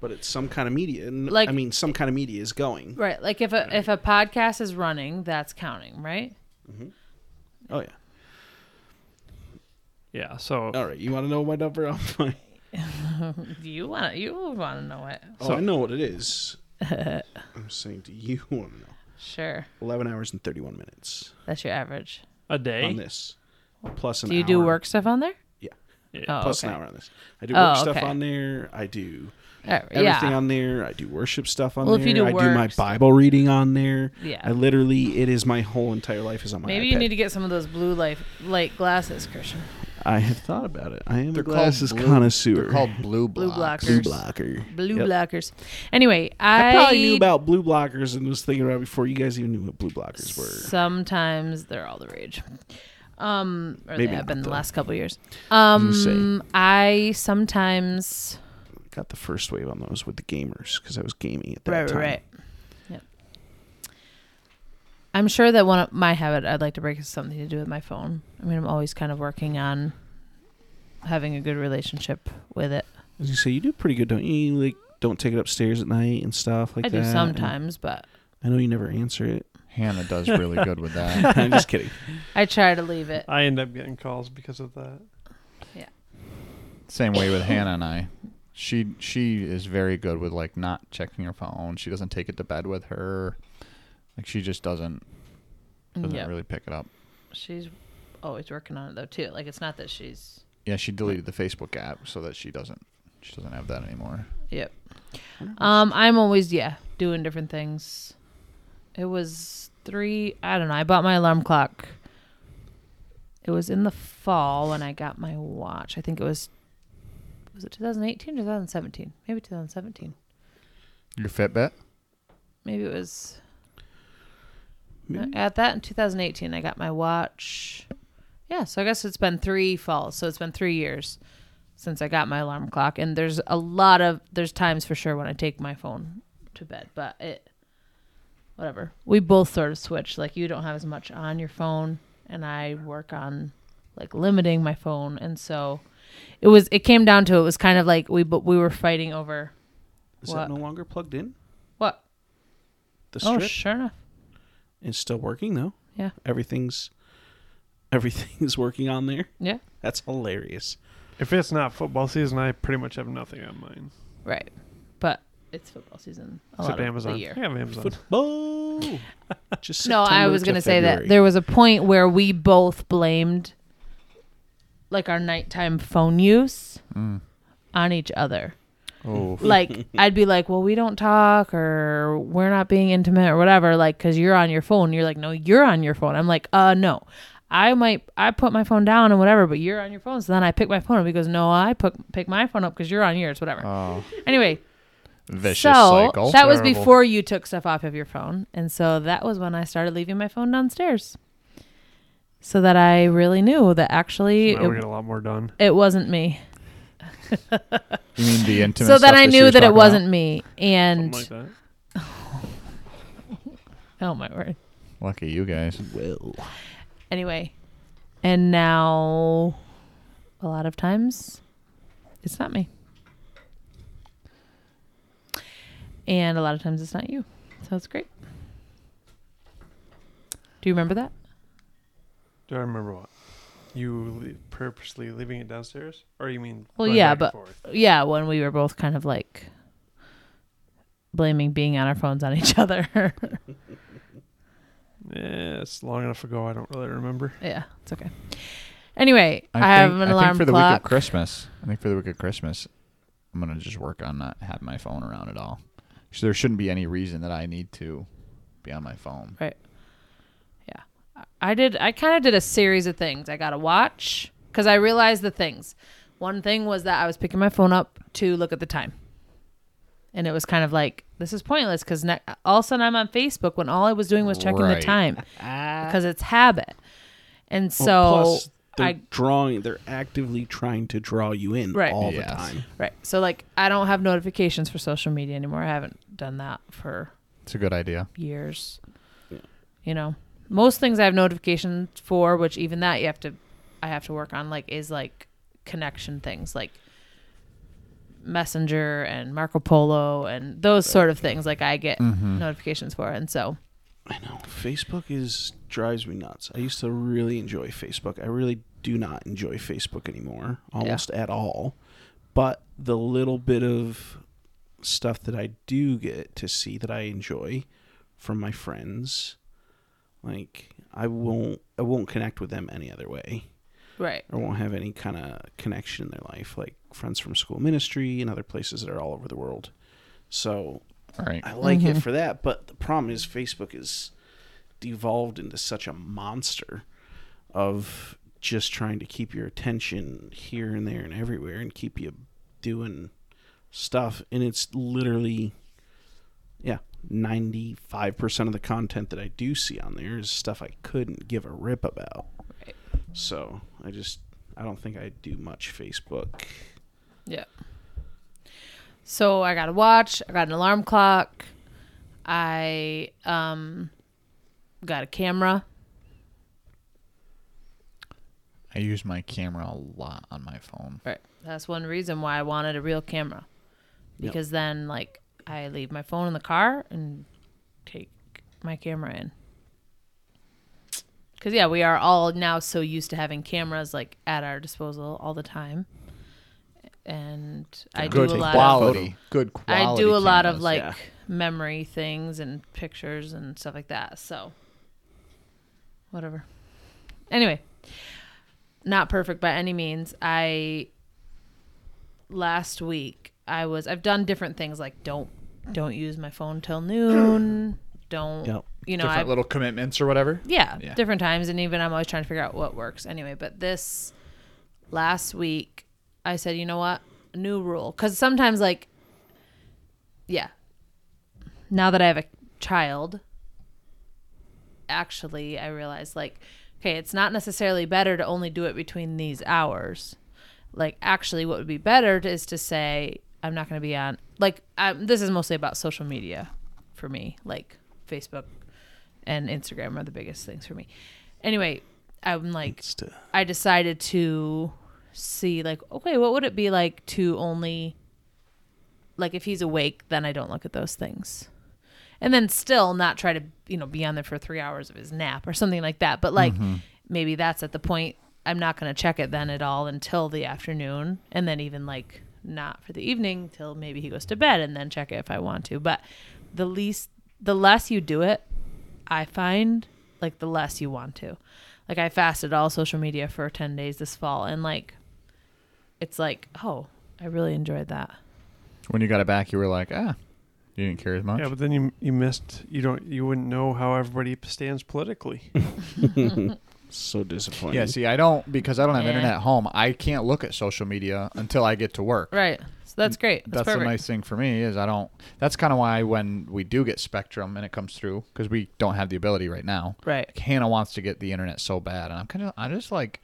But it's some kind of media. And Like- I mean, some kind of media is going. Right, like if a if a podcast is running, that's counting, right? Oh, yeah. Yeah. So All right. You want to know my number (laughs) off my. Mm-hmm. You want you want to know it? Oh, So- I know what (laughs) it is. I'm saying, do you (laughs) want to know? Sure, 11 hours and 31 minutes that's your average. a on day. this. Plus an do you do hour- work stuff on there? Yeah. Yeah. Oh, Plus okay. an hour on this. I do Oh, work stuff okay. on there. I do Alright, everything yeah. on there. I do worship stuff on Well, there. if you do I do my works- Bible reading on there. Yeah. I literally, it is my whole entire life is on my Maybe iPad. you need to get some of those blue light light glasses, Christian. I have thought about it. I am They're a called glasses blue- connoisseur. They're called blue blocks. Blue blue blockers. blocker. Blue Yep. blockers. Anyway, I, I probably knew about blue blockers and was thinking about it before you guys even knew what blue blockers were. Sometimes they're all the rage. Um, or Maybe they have not, been the though. last couple years. You say. Um, I sometimes Got the first wave on those with the gamers because I was gaming at that right, time. right, right. Yep. I'm sure that one of my habit I'd like to break is something to do with my phone. I mean, I'm always kind of working on having a good relationship with it. As you say, you do pretty good, don't you? You, Like, don't take it upstairs at night and stuff like I that. do and sometimes, but I know you never (laughs) answer it. Hannah does really good with that. I'm just kidding. I try to leave it. I end up getting calls because of that. Same way with Hannah and I. She she is very good with like not checking her phone. She doesn't take it to bed with her. Like she just doesn't Uh, doesn't Yeah, really pick it up. she's always working on it though too. Like it's not that she's Yeah, she deleted the Facebook app so that she doesn't she doesn't have that anymore. Yep. Um, I'm always yeah doing different things. It was three. I don't know. I bought my alarm clock. It was in the fall when I got my watch. I think it was was it 2018 2017? Maybe 2017. Your Fitbit? Maybe it was uh, Maybe. at that in 2018. I got my watch. Yeah, so I guess it's been three falls. So it's been three years since I got my alarm clock. And there's a lot of there's times for sure when I take my phone to bed, but it whatever. We both sort of switch. Like you don't have as much on your phone, and I work on like limiting my phone. And so it was it came down to it was kind of like we but we were fighting over Is What? that no longer plugged in? what The oh strip sure enough is still working though. Yeah. Everything's (laughs) everything's working on there. yeah That's hilarious. If it's not football season, I pretty much have nothing on mine right, but it's football season. A lot except of Amazon. the I year. have Amazon. Football. (laughs) Just No, I September was to going to say that February. there was a point where we both blamed like our nighttime phone use on each other. Oh, Like I'd be like, "Well, we don't talk or we're not being intimate or whatever like cuz you're on your phone." You're like, "No, you're on your phone." I'm like, "Uh, no. I might I put my phone down and whatever, but you're on your phone." So then I pick my phone up. He goes, "No, I put pick my phone up cuz you're on yours, whatever." oh. anyway, vicious so cycle. that was Terrible. before you took stuff off of your phone, and so that was when I started leaving my phone downstairs, so that I really knew that actually Now we it, get a lot more done. it wasn't me. You mean the (laughs) intimate So stuff that I she knew was that it talking wasn't me, Something and like that. oh my word. about? Lucky you guys. Well, Anyway, And now, a lot of times, it's not me. And a lot of times, it's not you. So it's great. Do you remember that? Do I remember what? You le- purposely leaving it downstairs, or you mean? Well, going yeah, but- back and forth? Yeah, when we were both kind of like blaming being on our phones on each (laughs) other. yeah, it's long enough ago. I don't really remember. yeah, it's okay. Anyway, I, think, have an I alarm think for the clock. week of Christmas. I think for the week of Christmas, I'm gonna just work on not having my phone around at all. So there shouldn't be any reason that I need to be on my phone. I did. I kind of did a series of things. I got a watch because I realized the things. One thing was that I was picking my phone up to look at the time, and it was kind of like this is pointless because ne- all of a sudden I'm on Facebook when all I was doing was checking Right. the (laughs) time because it's habit. And so Well, Oh, plus they're I- drawing. They're actively trying to draw you in Right. all Yes. the time. right, so like I don't have notifications for social media anymore. I haven't done that for It's a good idea. years. Yeah. You know, most things I have notifications for, which even that you have to, I have to work on. Like is like connection things, like Messenger and Marco Polo and those sort of things. Like I get notifications for, and so I know Facebook is drives me nuts. I used to really enjoy Facebook. I really do not enjoy Facebook anymore, almost at all. But the little bit of stuff that I do get to see that I enjoy from my friends, like I won't, I won't connect with them any other way right, or won't have any kind of connection in their life, like friends from school ministry and other places that are all over the world. So All right. I like it for that, but the problem is Facebook is devolved into such a monster of just trying to keep your attention here and there and everywhere and keep you doing stuff and it's literally yeah, 95% of the content that I do see on there is stuff I couldn't give a rip about. Right. So, I just I don't think I do much Facebook. yeah. So I got a watch. I got an alarm clock. I um got a camera. I use my camera a lot on my phone. Right. That's one reason why I wanted a real camera. Yep. Because then like I leave my phone in the car and take my camera in. Cuz yeah, we are all now so used to having cameras like at our disposal all the time. And I do Good a lot of quality. good quality. I do a lot of cameras. like yeah. memory things and pictures and stuff like that. So, whatever. Anyway, not perfect by any means. I last week I was I've done different things like don't don't use my phone till noon. Don't Yep. you know different I little commitments or whatever. yeah, Yeah. different times and even i'm always trying to figure out what works anyway but this last week i said you know what new rule because sometimes like yeah now that i have a child actually i realized like okay it's not necessarily better to only do it between these hours like actually what would be better t- is to say i'm not going to be on like i this is mostly about social media for me like facebook and instagram are the biggest things for me anyway i'm like Insta. i decided to see like okay what would it be like to only like if he's awake then i don't look at those things and then still not try to you know be on there for three hours of his nap or something like that but like maybe that's at the point i'm not going to check it then at all until the afternoon and then even like not for the evening till maybe he goes to bed and then check it if i want to but the least the less you do it i find like the less you want to like i fasted all social media for 10 days this fall and like it's like oh i really enjoyed that When you got it back, you were like, ah, you didn't care as much. Yeah, but then you you missed. You don't. You wouldn't know how everybody stands (laughs) politically. So disappointing. Yeah, see, I don't because I don't have Yeah. internet at home. I can't look at social media until I get to work. right so that's great that's, That's, perfect the nice thing for me is I don't. That's kind of why when we do get Spectrum and it comes through because we don't have the ability right now. right Hannah wants to get the internet so bad, and I'm kind of I just like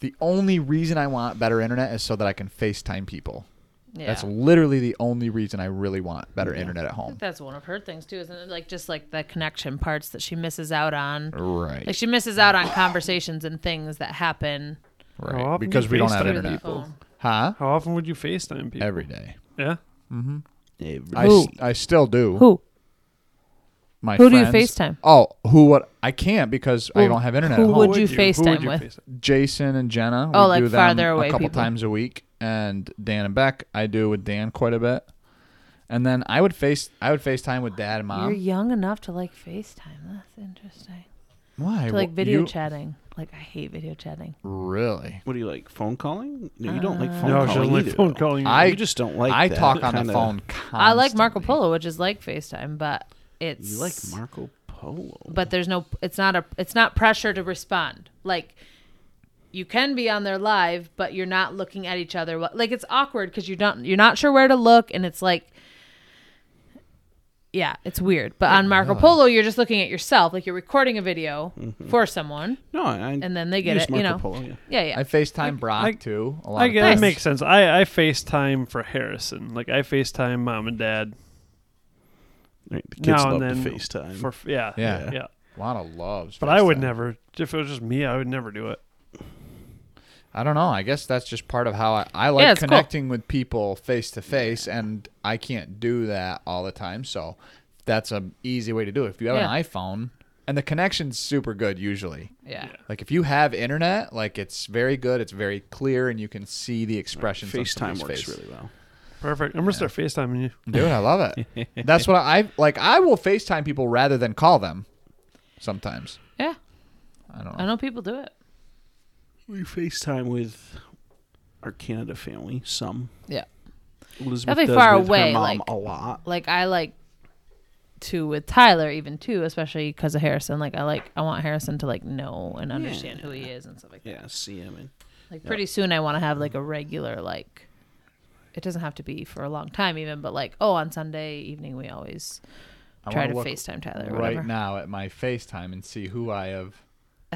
the only reason I want better internet is so that I can FaceTime people. Yeah. That's literally the only reason I really want better internet at I think home. that's one of her things too, isn't it? Like just like the connection parts that she misses out on. Like Right. she misses out on conversations and things that happen How Right. often Because do we don't you have through the internet. phone. Huh? How often would you FaceTime people? Every day. Yeah. I, Who? s- I still do. Who? My Who do you friends- FaceTime? Oh, who would I can't because I Who- don't have internet who at home. would Who you who would FaceTime you with? FaceTime? Jason and Jenna. Oh, we like do them farther away a couple people. times a week, and Dan and Beck. I do with Dan quite a bit, and then I would face I would FaceTime with Dad and You're Mom. young enough to like FaceTime. That's interesting. Why? to like Wha- video you- chatting. Like I hate video chatting. Really? What do you like? Phone calling? No, you don't like phone No, she calling. doesn't like either, phone though. calling. I- you just don't like. I that talk on kinda- the phone. I like Marco constantly. Polo, which is like FaceTime, but it's You like Marco Polo? but there's no it's not a it's not pressure to respond like you can be on there live but you're not looking at each other like it's awkward because you don't you're not sure where to look and it's like yeah it's weird but on marco polo you're just looking at yourself like you're recording a video Mm-hmm. for someone no, I, and then they get use it Marco you know Polo. Yeah. yeah yeah I FaceTime Brock I- too. A lot I of guess times. that makes sense. I I FaceTime for Harrison. Like I FaceTime mom and dad Right, the kids now love and to then FaceTime. for yeah Yeah. yeah. a lot of loves. But I would FaceTime. never. If it was just me, I would never do it. I don't know. I guess that's just part of how I, I like Yeah, it's cool. connecting with people face to face, and I can't do that all the time. So that's a easy way to do it. If you have Yeah. an iPhone, and the connection's super good usually. yeah Like if you have internet, like it's very good, it's very clear, and you can see the expression. FaceTime works really well. Perfect. I'm gonna start FaceTiming you. Dude, I love (laughs) it. that's what I like. I will FaceTime people rather than call them. Sometimes yeah I don't know. i know people do it We FaceTime with our Canada family some. yeah Elizabeth That'd be does far with her away, mom like- a lot. like I like to with Tyler even too, especially because of Harrison. Like I like I want Harrison to like know and understand who he is and stuff like that. Yeah, see him and Like pretty soon I want to have like a regular like. It doesn't have to be for a long time even, but like oh on Sunday evening we always I try wanna to look FaceTime Tyler or right whatever. now at my FaceTime and see who I have.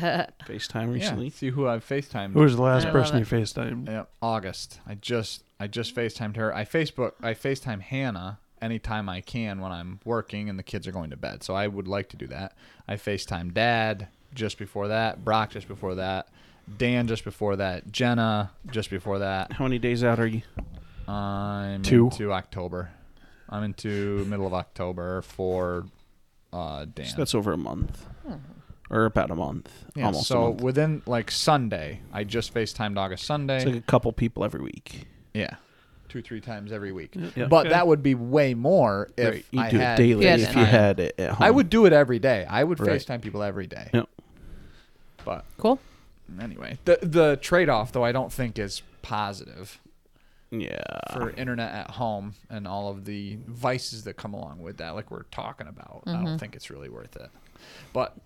FaceTime yeah, recently. see who I've FaceTimed. Who was the I last love person it. you FaceTimed? Yeah, August. I just I just FaceTimed her. I Facebook I FaceTime Hannah anytime I can when I'm working and the kids are going to bed. So I would like to do that. I FaceTime Dad just before that, Brock just before that, Dan just before that, Jenna just before that. How many days out are you? I'm Two. into October. I'm into middle of October for uh Dan. So that's over a month, Hmm. or about a month, yeah, almost. so a month. within like Sunday, I just FaceTimed August Sunday. it's like a couple people every week. Yeah. Two, three times every week. Yeah. But Okay. that would be way more if Right, you I do had it daily Yeah, if then. you had it at home. I would do it every day. I would Right. FaceTime people every day. Yep. But Cool. anyway, the the trade off though I don't think is positive Yeah. for internet at home and all of the vices that come along with that, like we're talking about. I Mm-hmm. don't think it's really worth it. But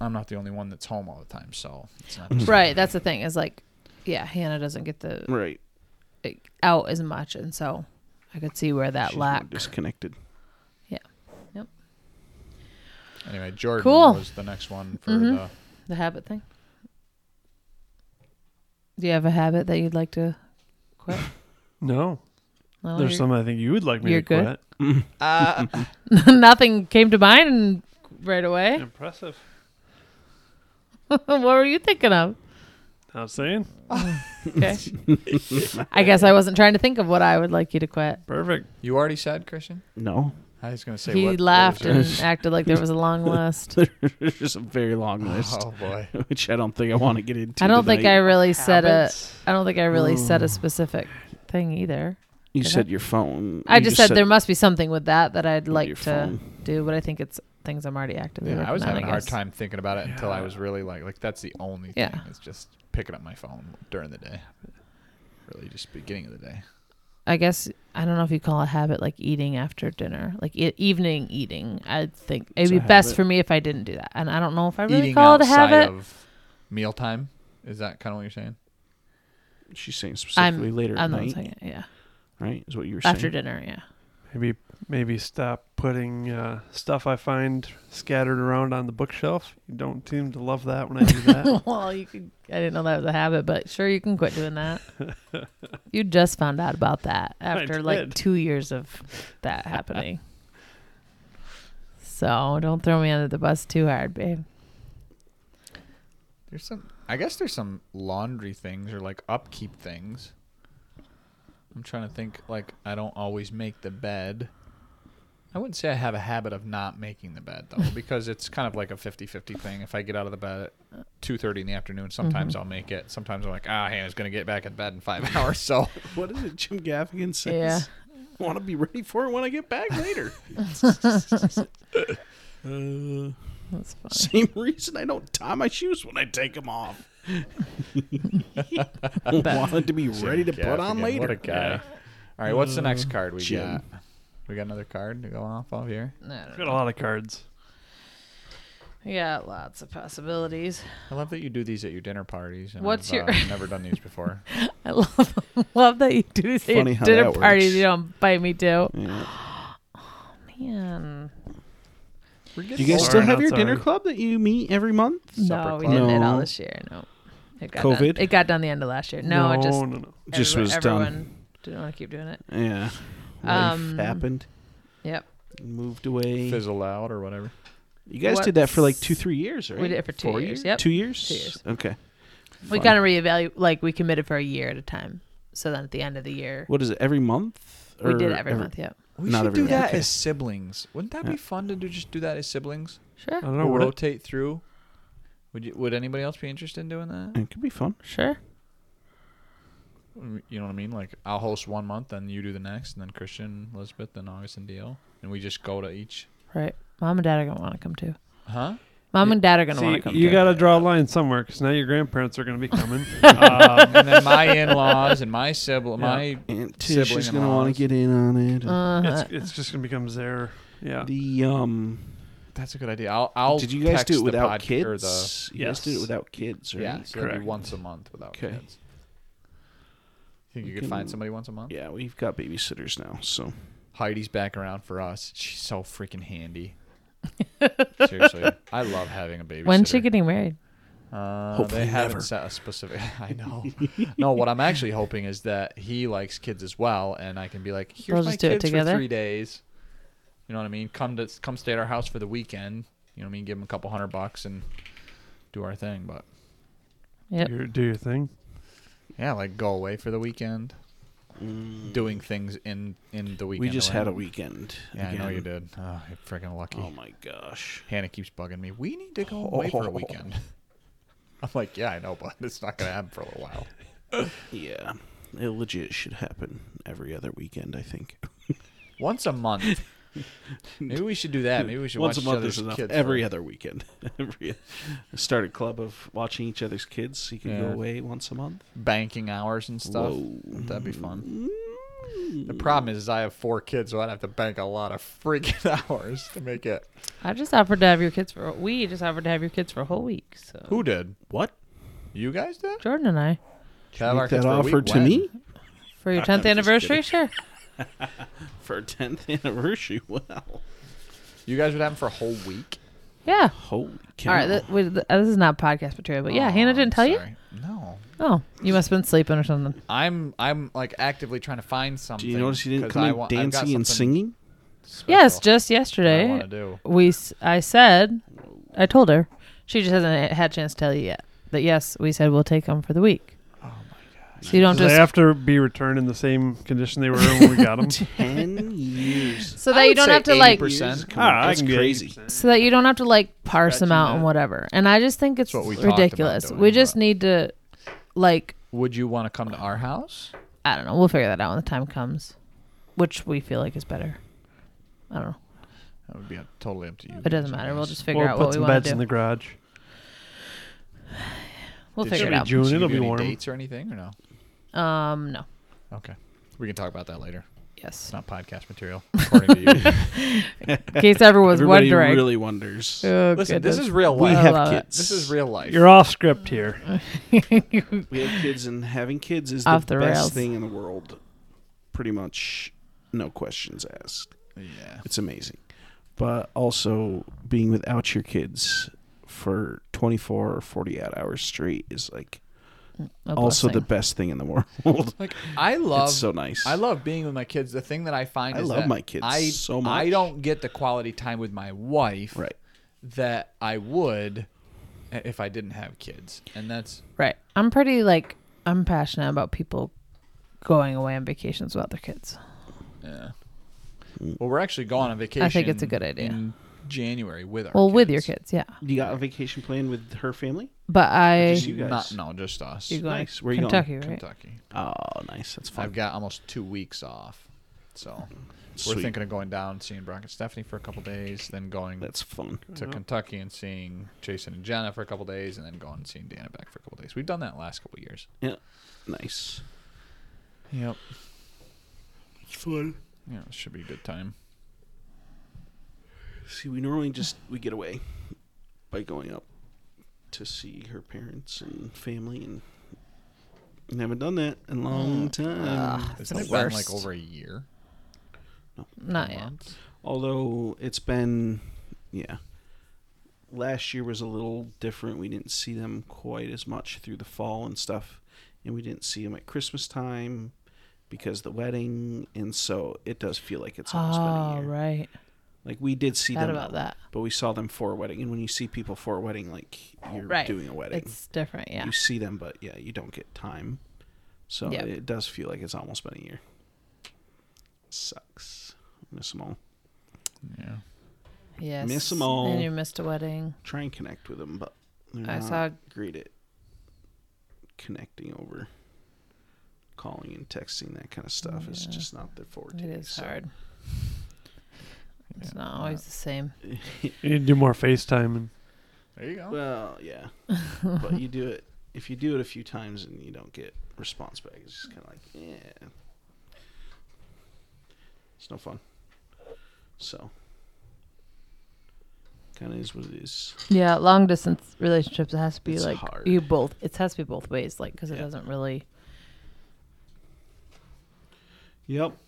I'm not the only one that's home all the time, so it's not Right, that's the thing is like, yeah, Hannah doesn't get the right. like, out as much, and so I could see where that She's more lack. disconnected. anyway. Jordan Cool. was the next one for Mhm. the The habit thing. Do you have a habit that you'd like to quit? No, No, there's you're- something I think you would like me you're to good? (laughs) quit. Nothing came to mind and right away. Impressive. (laughs) what were you thinking (laughs) of? Not saying. Okay. I guess I wasn't trying to think of what I would like you to quit. Perfect. You already said, Christian? No, (laughs) I was gonna say he what- what was laughed yours? and acted like there was a (laughs) long list. there's just a very long list, Oh boy. which I don't think I want to get into. I don't think I tonight. really said a. Habits. I don't think I really said a specific thing either. You did I? said your phone. I You just, said, there must be something with that that I'd Or like your to phone. do, but I think it's things I'm already actively Yeah, working I was on, having a hard guess. time thinking about it until I was really like, like that's the only Yeah. thing. It's just picking up my phone during the day. Really, just beginning of the day. I guess I don't know if you call a habit like eating after dinner, like e- evening eating. I think It's it'd be a best habit. for me if I didn't do that, and I don't know if I really Eating call it a outside habit. of mealtime. Is that kind of what you're saying? She's saying specifically I'm later I'm at not night, saying it, yeah. right? Is what you were saying. (laughs) After dinner, yeah. (laughs) Maybe Maybe stop putting uh, stuff I find scattered around on the bookshelf. You don't seem to love that when I (laughs) do that. well, you could. I didn't know that was a habit, but sure, you can quit doing (laughs) that. you just found out about that after like did. two years of (laughs) that happening. so don't throw me under the bus too hard, babe. There's some. I guess there's some laundry things or like upkeep things. I'm trying to think. Like I don't always make the bed. I wouldn't say I have a habit of not making the bed though, because it's kind of like a 50-50 thing. If I get out of the bed at two thirty in the afternoon, sometimes I'll make it. Sometimes I'm like, ah, Hannah's gonna get back in bed in five (laughs) hours, so What is it Jim Gaffigan says? Yeah. (laughs) Want to be ready for it when I get (laughs) back later. (laughs) Uh, That's funny. same reason I don't tie my shoes when I take them (laughs) off. (laughs) Wanted to be (laughs) ready to put on Gaffigan, later. What a guy! All right, what's the next card we Jim. got? We got another card to go off of here. I don't Got know. a lot of cards. Yeah, lots of possibilities. (laughs) I love that you do these at your dinner parties. And What's I've, your- uh, never done these before. (laughs) I love (laughs) love that you do this Funny at how dinner that parties. works. You don't bite me too. (gasps) Oh, Yeah. Man, We're Do you guys Sorry, still have not your dinner sorry. club that you meet every month? no, we club. didn't at all No. this year. No, it got COVID? Done. It got done the end of last year. No, it just no, no. Just everyone- was everyone done. Didn't want to keep doing it. Yeah. Um, Life happened. yep. Moved away. fizzle out or whatever. You guys What- did that for like two, three years, right? We did it for two Four years. Yep. Two years. Two years. Okay. we Fun. kind of reevaluate. Like we committed for a year at a time. So then at the end of the year, What is it? Every month? we did Or it every month. Yep. We Not should do everyone, that okay. as siblings. Wouldn't that Yeah. be fun to do? Just do that as siblings. Sure. I don't know We'll what. rotate through. Would you? Would anybody else be interested in doing that? It could be fun. Sure. Mm, You know what I mean? Like I'll host one month, then you do the next, and then Christian, Elizabeth, then August and Dale, and we just go to each. Right. Mom and dad are gonna want to come too. Huh? Mom and dad are gonna want See, to come. you too. got to draw a line somewhere because now your grandparents are going to be (laughs) coming. Um, and then my in-laws and my sibling, Yeah. my And Sibling Tish is and gonna all want this. to get in on it. Uh-huh. it's, it's just going to become their. Yeah. the um. that's a good idea. I'll. I'll did you guys text do it the without pod- kids? Or the, You guys did it Yes. without kids, right? yeah, so that'd Correct. be once a month without Okay. kids. Think you We could find can- somebody once a month? Yeah, we've got babysitters now, so Heidi's back around for us. She's so (laughs) freaking handy. Seriously, I love having a baby. When's she getting married? Uh, Hopefully they haven't never. set a specific. (laughs) (laughs) I know. no, what I'm actually hoping is that he likes kids as well, and I can be like, here's They'll my just do it kids for together? three days. You know what I mean? Come to come stay at our house for the weekend. You know what I mean? Give them a couple hundred bucks and do our thing. But Yep. Your- do your thing. yeah, like go away for the weekend, doing things in in the weekend. Mm. we just had a around. weekend. Yeah, I know again. you did. Oh, you're freaking lucky. Oh my gosh. Hannah keeps bugging me. We need to go away for a weekend. (laughs) I'm like, yeah, I know, but it's not gonna happen for a little while. Yeah, it legit should happen every other weekend. I think. Once (laughs) a month. Maybe we should do that. Maybe we should Once watch a month each other's is enough. kids Every for- other weekend, (laughs) every start a club of watching each other's kids. So you can go Yeah. away once a month. banking hours and stuff. Whoa. Mm. That'd be fun. The problem is, is I have four kids, so I'd have to bank a lot of freaking (laughs) hours to make it. I just offered to have your kids for. We just offered to have your kids for a whole week. So Who did? What? You guys did? Jordan and I To have our Make kids that for a offer week? to When? me for your tenth anniversary. Sure. for our tenth (laughs) anniversary. Wow. You guys would have them for a whole week. Yeah. Holy cow. All right. Th- wait, th- uh, this is not podcast material, but yeah, Oh, Hannah didn't I'm tell you. sorry. No, Oh, you must have been sleeping or something. I'm I'm like actively trying to find something. Do you notice you didn't 'cause come I in wa- I've got dancing and something singing? Yes, special. just I yesterday want to do. we. s- I said, I told her. She just hasn't had a chance to tell you yet. But yes, we said we'll take them for the week. Oh my god. So you don't 'Cause they just. have to be returned in the same condition they were in when (laughs) we got (laughs) them. Ten years. So that you don't have to like. percent. Come on, Ah, I that's can be crazy. 80%. So that you don't have to like parse them Scratching out and that. whatever. And I just think it's what we talked about ridiculous. doing, we just but- need to, like, Would you want to come to our house? I don't know. We'll figure that out when the time comes, which we feel like is better. I don't know. That would be up- totally up to you. It doesn't guys, I matter. We'll guess. just figure Or out put what we some want beds to do. in the garage. we'll Did figure you- it It'll out. be June. Did she It'll give you be any warm. Dates or anything or no? Um, no. Okay, we can talk about that later. It's (laughs) Yes. not (laughs) podcast material. According to you. In case everyone's Everybody wondering. really wonders. Oh, Listen, goodness. this is real we life. Uh, I have love it. kids. this is real life. You're off script here. (laughs) We have kids, and having kids is Off the, the best rails. thing in the world. Pretty much, no questions asked. Yeah. It's amazing. But also being without your kids for 24 or 48 hours straight is like A also the blessing. best thing in the (laughs) world. Like I love it's so nice. I love being with my kids. The thing that I find I is love that my kids I, so much. I don't get the quality time with my wife Right. that I would uh, if I didn't have kids. And that's right. I'm pretty like I'm passionate about people going away on vacations without their kids. yeah. Well, we're actually going on vacation. I think it's a good idea. In January with our Well, with your kids, yeah. You got a vacation plan with her family? But I Just you guys. Not no, just us. you're going Nice. to Where you going? Kentucky, right? Kentucky. Oh, nice. That's fun. I've got almost two weeks off, so we're Sweet. thinking of going down, seeing Brock and Stephanie for a couple days, then going That's fun. to Kentucky and seeing Jason and Jenna for a couple days, and then going and seeing Dana back for a couple days. We've done that last couple years. Yeah. Nice. Yep. It's fun. Yeah, it should be a good time. See, we normally just we get away by going up to see her parents and family and, and haven't done that in a long time. Isn't the it been like worst. over a year? Not yet. Months? Although it's been, yeah. Last year was a little different. We didn't see them quite as much through the fall and stuff, and we didn't see them at Christmas time because the wedding, and so it does feel like it's almost Oh, been a year. right. Like we did see Forgot them, about that. but we saw them for a wedding, and when you see people for a wedding, like you're Right. doing a wedding, It's different, yeah. you see them, but yeah, you don't get time. So Yep. it does feel like it's almost been a year. Sucks. Miss them all. Yeah. Yes. Miss 'em all. And you missed a wedding. Try and connect with them, but they're I not saw- great at connecting over calling and texting that kind of stuff. It's Yeah. just not their forte. It is so- hard. It's Yeah. not always the same. You need to do more FaceTime and There you go. Well, (laughs) yeah, but you do it if you do it a few times and you don't get response back. It's just kind of like, yeah, it's no fun. So, kind of is what it is. Yeah, long distance relationships it has to be It's like hard. you both. It has to be both ways, like because it Yeah. doesn't really. Yep.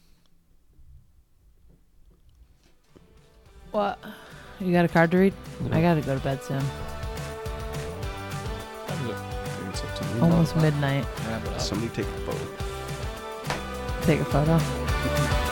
What? You got a card to read? I gotta go to bed soon. That was a- It's up to me. Almost midnight. wrap it up. Somebody take the photo. Take a photo.